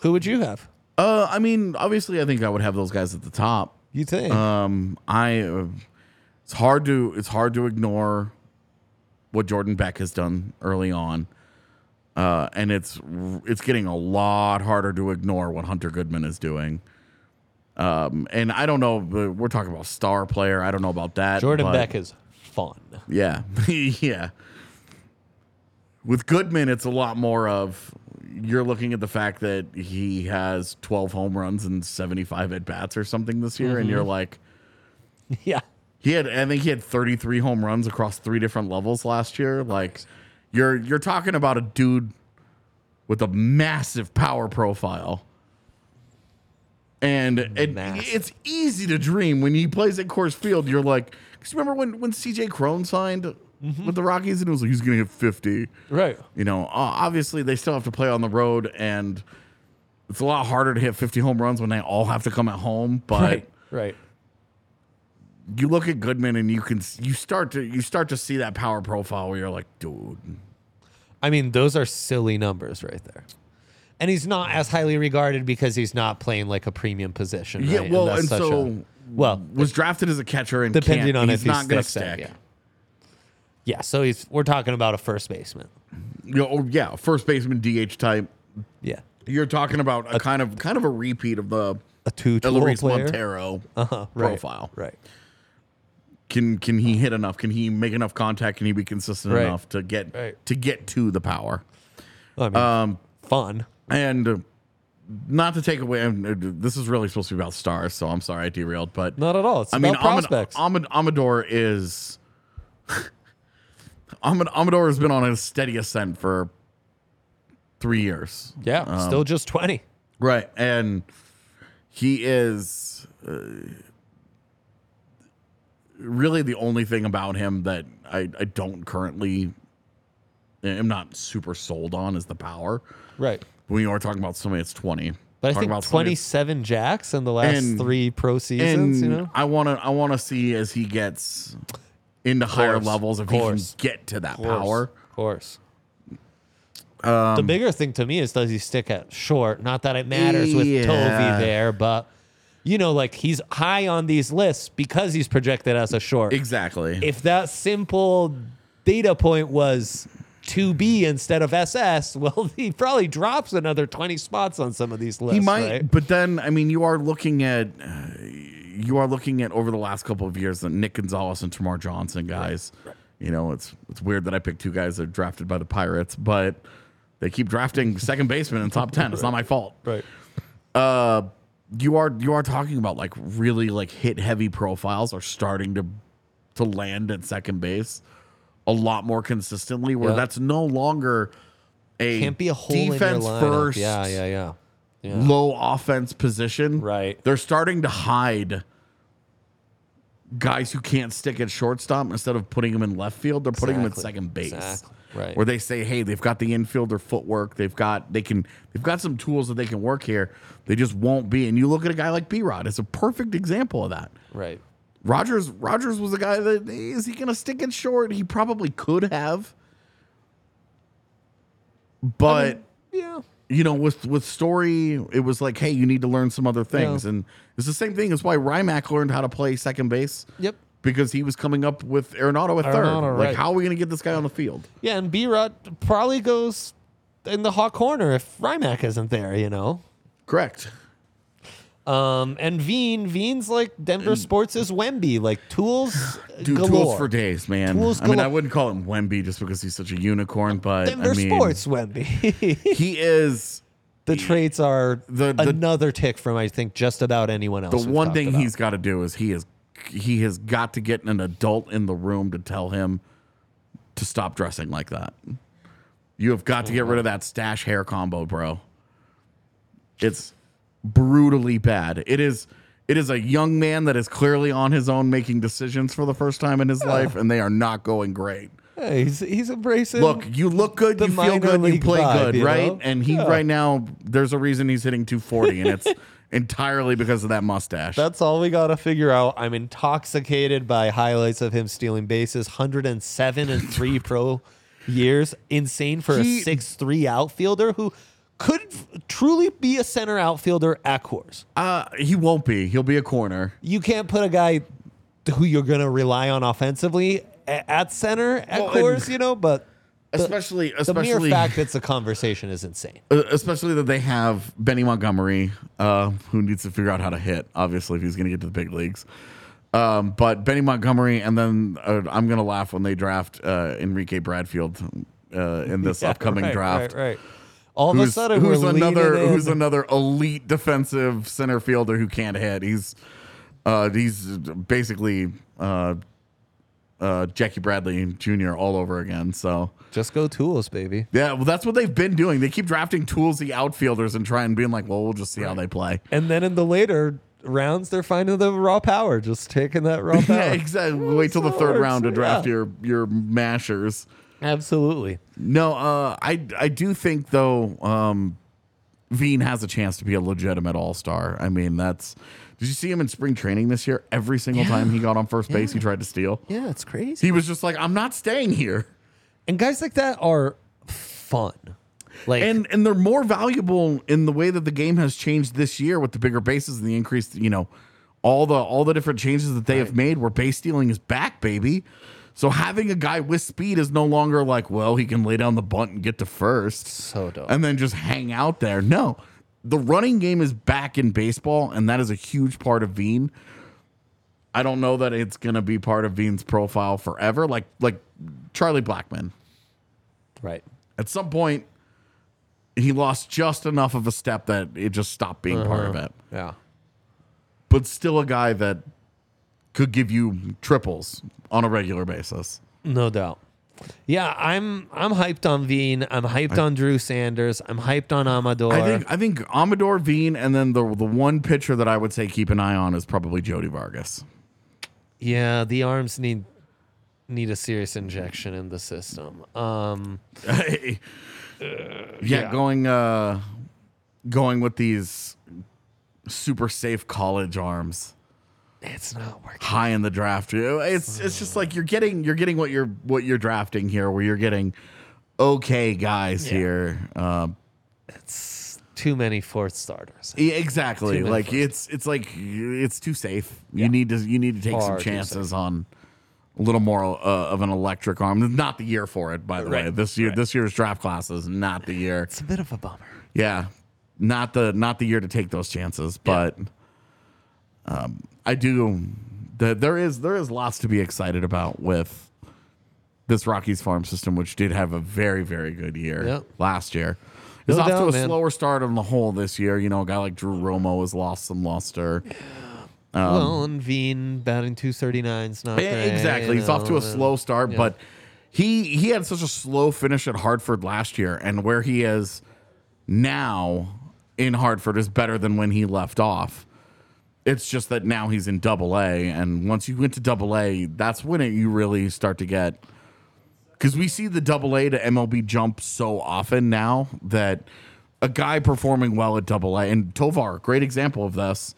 S1: who would you have?
S2: Uh, I mean, obviously, I think I would have those guys at the top.
S1: You think?
S2: Um, I, uh, it's hard to it's hard to ignore what Jordan Beck has done early on, uh, and it's r- it's getting a lot harder to ignore what Hunter Goodman is doing. Um, and I don't know. but We're talking about star player. I don't know about that.
S1: Jordan
S2: but-
S1: Beck is fun.
S2: yeah. yeah. With Goodman, it's a lot more of you're looking at the fact that he has 12 home runs and 75 at bats or something this year,
S1: Mm-hmm.
S2: and you're like,
S1: yeah.
S2: he had, I think he had 33 home runs across three different levels last year. Like, you're you're talking about a dude with a massive power profile. And and
S1: Massive.
S2: it's easy to dream when he plays at Coors Field. You're like, because remember when when CJ Crone signed
S1: Mm-hmm.
S2: with the Rockies and it was like he's gonna hit 50.
S1: Right.
S2: You know, o- obviously they still have to play on the road, and it's a lot harder to hit 50 home runs when they all have to come at home. But
S1: Right. Right.
S2: you look at Goodman and you can s- you start to you start to see that power profile where you're like, dude,
S1: I mean, those are silly numbers right there. And he's not as highly regarded because he's not playing like a premium position.
S2: Yeah,
S1: right?
S2: well,
S1: that's
S2: and
S1: such
S2: so-
S1: well,
S2: was drafted as a catcher and
S1: depending
S2: can't,
S1: on
S2: he's
S1: if
S2: not
S1: he
S2: gonna
S1: sticks out,
S2: stick.
S1: yeah. yeah, so he's we're talking about a first baseman.
S2: You know, oh, yeah, first baseman DH type.
S1: Yeah,
S2: You're talking about a, kind of kind of a repeat of the
S1: a two tool
S2: Eloise
S1: player. Uh-huh,
S2: Montero
S1: Right,
S2: profile.
S1: right?
S2: Can can he hit enough? Can he make enough contact? Can he be consistent
S1: Right.
S2: enough to get
S1: Right.
S2: to get to the power?
S1: I mean,
S2: Um,
S1: fun.
S2: And uh, not to take away, and, uh, this is really supposed to be about stars, so I'm sorry I derailed. But
S1: Not at all. It's
S2: I
S1: about
S2: mean, Amad-
S1: prospects.
S2: Amad- Amador is Amad- Amador has been on a steady ascent for three years,
S1: yeah, still just twenty.
S2: right? And he is uh, really the only thing about him that I, I don't currently am not super sold on is the power.
S1: Right.
S2: When you are talking about somebody that's 20.
S1: But I
S2: talking
S1: think
S2: about somebody
S1: 27 jacks in the last
S2: And-
S1: three pro seasons,
S2: and
S1: you know?
S2: I want to I want to see as he gets into higher
S1: Course,
S2: levels if
S1: course,
S2: he can get to that
S1: Course,
S2: power. Um,
S1: course. the bigger thing to me is does he stick at short? Not that it matters with
S2: Yeah.
S1: Tovey there, but you know, like he's high on these lists because he's projected as a short.
S2: Exactly.
S1: if that simple data point was to be instead of SS, well, he probably drops another 20 spots on some of these lists.
S2: he might,
S1: right?
S2: but then I mean, you are looking at uh, you are looking at over the last couple of years that Nick Gonzalez and Tamar Johnson guys. You know, it's it's weird that I picked two guys that are drafted by the Pirates, but they keep drafting second baseman in top ten. It's not my fault.
S1: Right.
S2: Uh, you are you are talking about like really like hit heavy profiles are starting to to land at second base a lot more consistently, where
S1: Yeah.
S2: that's no longer a
S1: Can't be a whole
S2: defense
S1: in your lineup.
S2: first
S1: Yeah, yeah, yeah. Yeah.
S2: low offense position.
S1: Right.
S2: They're starting to hide guys who can't stick at shortstop instead of putting them in left field, they're putting them at
S1: Exactly.
S2: second base.
S1: Exactly. Right.
S2: Where they say, "Hey, they've got the infielder footwork. They've got they can they've got some tools that they can work here. They just won't be." And you look at a guy like B-Rod, it's a perfect example of that.
S1: Right.
S2: Rogers Rogers was a guy that is he going to stick it short? He probably could have. But
S1: Yeah.
S2: you know, with with story, it was like, hey, you need to learn some other things,
S1: Yeah.
S2: and it's the same thing. It's why Rimac learned how to play second base.
S1: Yep.
S2: Because he was coming up with Arenado at third.
S1: Arenado,
S2: Like,
S1: right.
S2: how are we going to get this guy on the field?
S1: Yeah, and B Rod probably goes in the hot corner if Rimac isn't there, you know?
S2: Correct.
S1: Um, and Veen, Veen's like Denver Sports is Wemby, like tools
S2: Mm. Dude,
S1: galore.
S2: tools for days, man.
S1: Tools
S2: I mean, I
S1: galore.
S2: wouldn't call him Wemby just because he's such a unicorn, but
S1: Denver
S2: I mean,
S1: Sports Wemby.
S2: he is
S1: the traits are
S2: The- the-
S1: another tick from I think just about anyone
S2: the
S1: else. we've
S2: one
S1: talked
S2: thing
S1: about.
S2: he's got to do is he is he has got to get an adult in the room to tell him to stop dressing like that. You have got to get rid of that stash hair combo, bro. It's brutally bad. It is it is a young man that is clearly on his own making decisions for the first time in his life and they are not going great.
S1: Yeah, he's he's embracing.
S2: Look, you look good,
S1: the
S2: you feel
S1: minor
S2: good, you
S1: league
S2: play
S1: vibe,
S2: good,
S1: you
S2: right?
S1: know?
S2: And he
S1: Yeah.
S2: right now there's a reason he's hitting 240 and it's entirely because of that mustache.
S1: that's all we gotta figure out. I'm intoxicated by highlights of him stealing bases, 107 and three pro years, insane for
S2: He-
S1: a six-three outfielder who could f- truly be a center outfielder at course.
S2: Uh, he won't be. He'll be a corner.
S1: You can't put a guy who you're gonna rely on offensively a- at center at
S2: Well, and-
S1: course, you know, but.
S2: Uh,
S1: the-
S2: Especially,
S1: the mere
S2: especially,
S1: fact it's a conversation is insane.
S2: uh, especially that they have Benny Montgomery, uh, who needs to figure out how to hit. Obviously, if he's going to get to the big leagues. Um, but Benny Montgomery, and then uh, I'm going to laugh when they draft uh, Enrique Bradfield uh, in this
S1: Yeah,
S2: upcoming
S1: right,
S2: draft.
S1: Right, right. All of a
S2: Who's,
S1: sudden,
S2: who's
S1: we're
S2: another
S1: leaning in.
S2: who's another elite defensive center fielder who can't hit? He's uh, he's basically uh, uh, Jackie Bradley Jr. all over again. So
S1: just go tools, baby.
S2: Yeah, well, that's what they've been doing. They keep drafting toolsy outfielders and trying being like, well, we'll just see how they play.
S1: And then in the later rounds, they're finding the raw power, just taking that raw power.
S2: Yeah, exactly. Wait till the
S1: how it
S2: third
S1: works.
S2: round to draft
S1: Yeah.
S2: your your mashers.
S1: Absolutely.
S2: No, uh, I I do think though, um, Veen has a chance to be a legitimate all star. I mean, that's. Did you see him in spring training this year? Every single time he got on first base, he tried to steal.
S1: Yeah, it's crazy.
S2: He was just like, I'm not staying here.
S1: And guys like that are fun. Like,
S2: and and they're more valuable in the way that the game has changed this year with the bigger bases and the increased you know all the all the different changes that they have made where base stealing is back baby so having a guy with speed is no longer like well he can lay down the bunt and get to first
S1: So dope.
S2: and then just hang out there no the running game is back in baseball and that is a huge part of Veen I don't know that it's going to be part of Veen's profile forever like like Charlie Blackman
S1: right.
S2: at some point he lost just enough of a step that it just stopped being part of it
S1: Yeah.
S2: but still a guy that could give you triples on a regular basis
S1: No doubt. Yeah, I'm I'm hyped on Veen. I'm hyped on Drew Sanders. I'm hyped on Amador.
S2: i think i think amador veen and then the the one pitcher that i would say keep an eye on is probably jody vargas
S1: Yeah, the arms need need a serious injection in the system. Um,
S2: yeah, going uh, going with these super safe college arms
S1: it's not working.
S2: high in the draft. You know, It's it's just like you're getting you're getting what you're what you're drafting here, where you're getting okay guys here. Uh,
S1: It's too many fourth starters.
S2: e- exactly,
S1: many
S2: like
S1: first.
S2: it's it's like it's too safe. You need to you need to take
S1: Far
S2: some
S1: too
S2: chances on. A little more uh, of an electric arm. Not the year for it, by the way. This year, this year's draft class is not the year.
S1: It's a bit of a bummer.
S2: yeah not the not the year to take those chances but um i do the, there is there is lots to be excited about with this rockies farm system which did have a very very good year
S1: Yep.
S2: last year it's
S1: No
S2: off to
S1: doubt,
S2: a
S1: man.
S2: slower start on the whole this year you know a guy like drew romo has lost some luster Um,
S1: well, and Veen batting 239 is not
S2: Yeah,
S1: great,
S2: Eh, exactly.
S1: you
S2: He's off to
S1: know,
S2: a slow start, but he he had such a slow finish at Hartford last year, and where he is now in Hartford is better than when he left off. It's just that now he's in Double A, and once you went to Double A, that's when it, you really start to get because we see the Double A to MLB jump so often now that a guy performing well at Double A and Tovar, great example of this.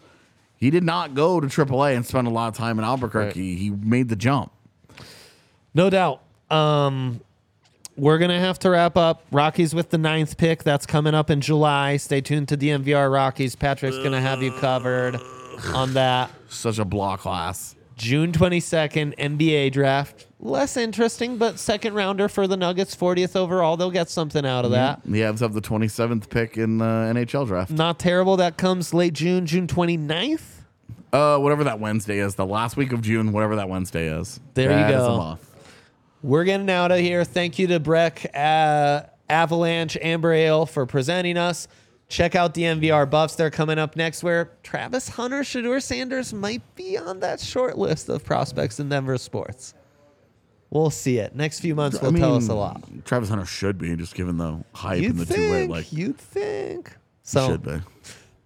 S2: He did not go to AAA and spend a lot of time in Albuquerque. He made the jump.
S1: No doubt. Um, we're gonna have to wrap up. Rockies with the ninth pick. That's coming up in July. Stay tuned to DMVR Rockies. Patrick's gonna have you covered on that.
S2: Such a block class.
S1: June 22nd, NBA draft. Less interesting, but second rounder for the Nuggets, 40th overall. They'll get something out of that.
S2: The Avs have the 27th pick in the NHL draft.
S1: Not terrible. That comes late June, June 29th.
S2: Uh, whatever that Wednesday is, the last week of June, whatever that Wednesday is.
S1: There you
S2: That is
S1: go.
S2: a month.
S1: We're getting out of here. Thank you to Breck uh, Avalanche Amber Ale for presenting us. Check out the MVR buffs. They're coming up next where Travis Hunter, Shador Sanders might be on that short list of prospects in Denver sports. We'll see it. Next few months will tell us a lot.
S2: Travis Hunter should be just given the hype
S1: You'd
S2: and the two way
S1: think.
S2: like
S1: you'd think. So
S2: should be.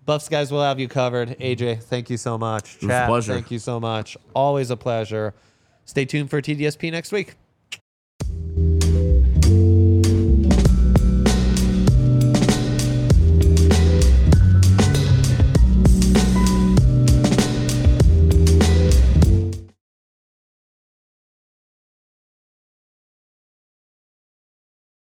S1: Buffs guys, we'll have you covered. AJ, thank you so much.
S2: was a
S1: Chad,
S2: pleasure.
S1: thank you so much. Always a pleasure. Stay tuned for TDSP next week.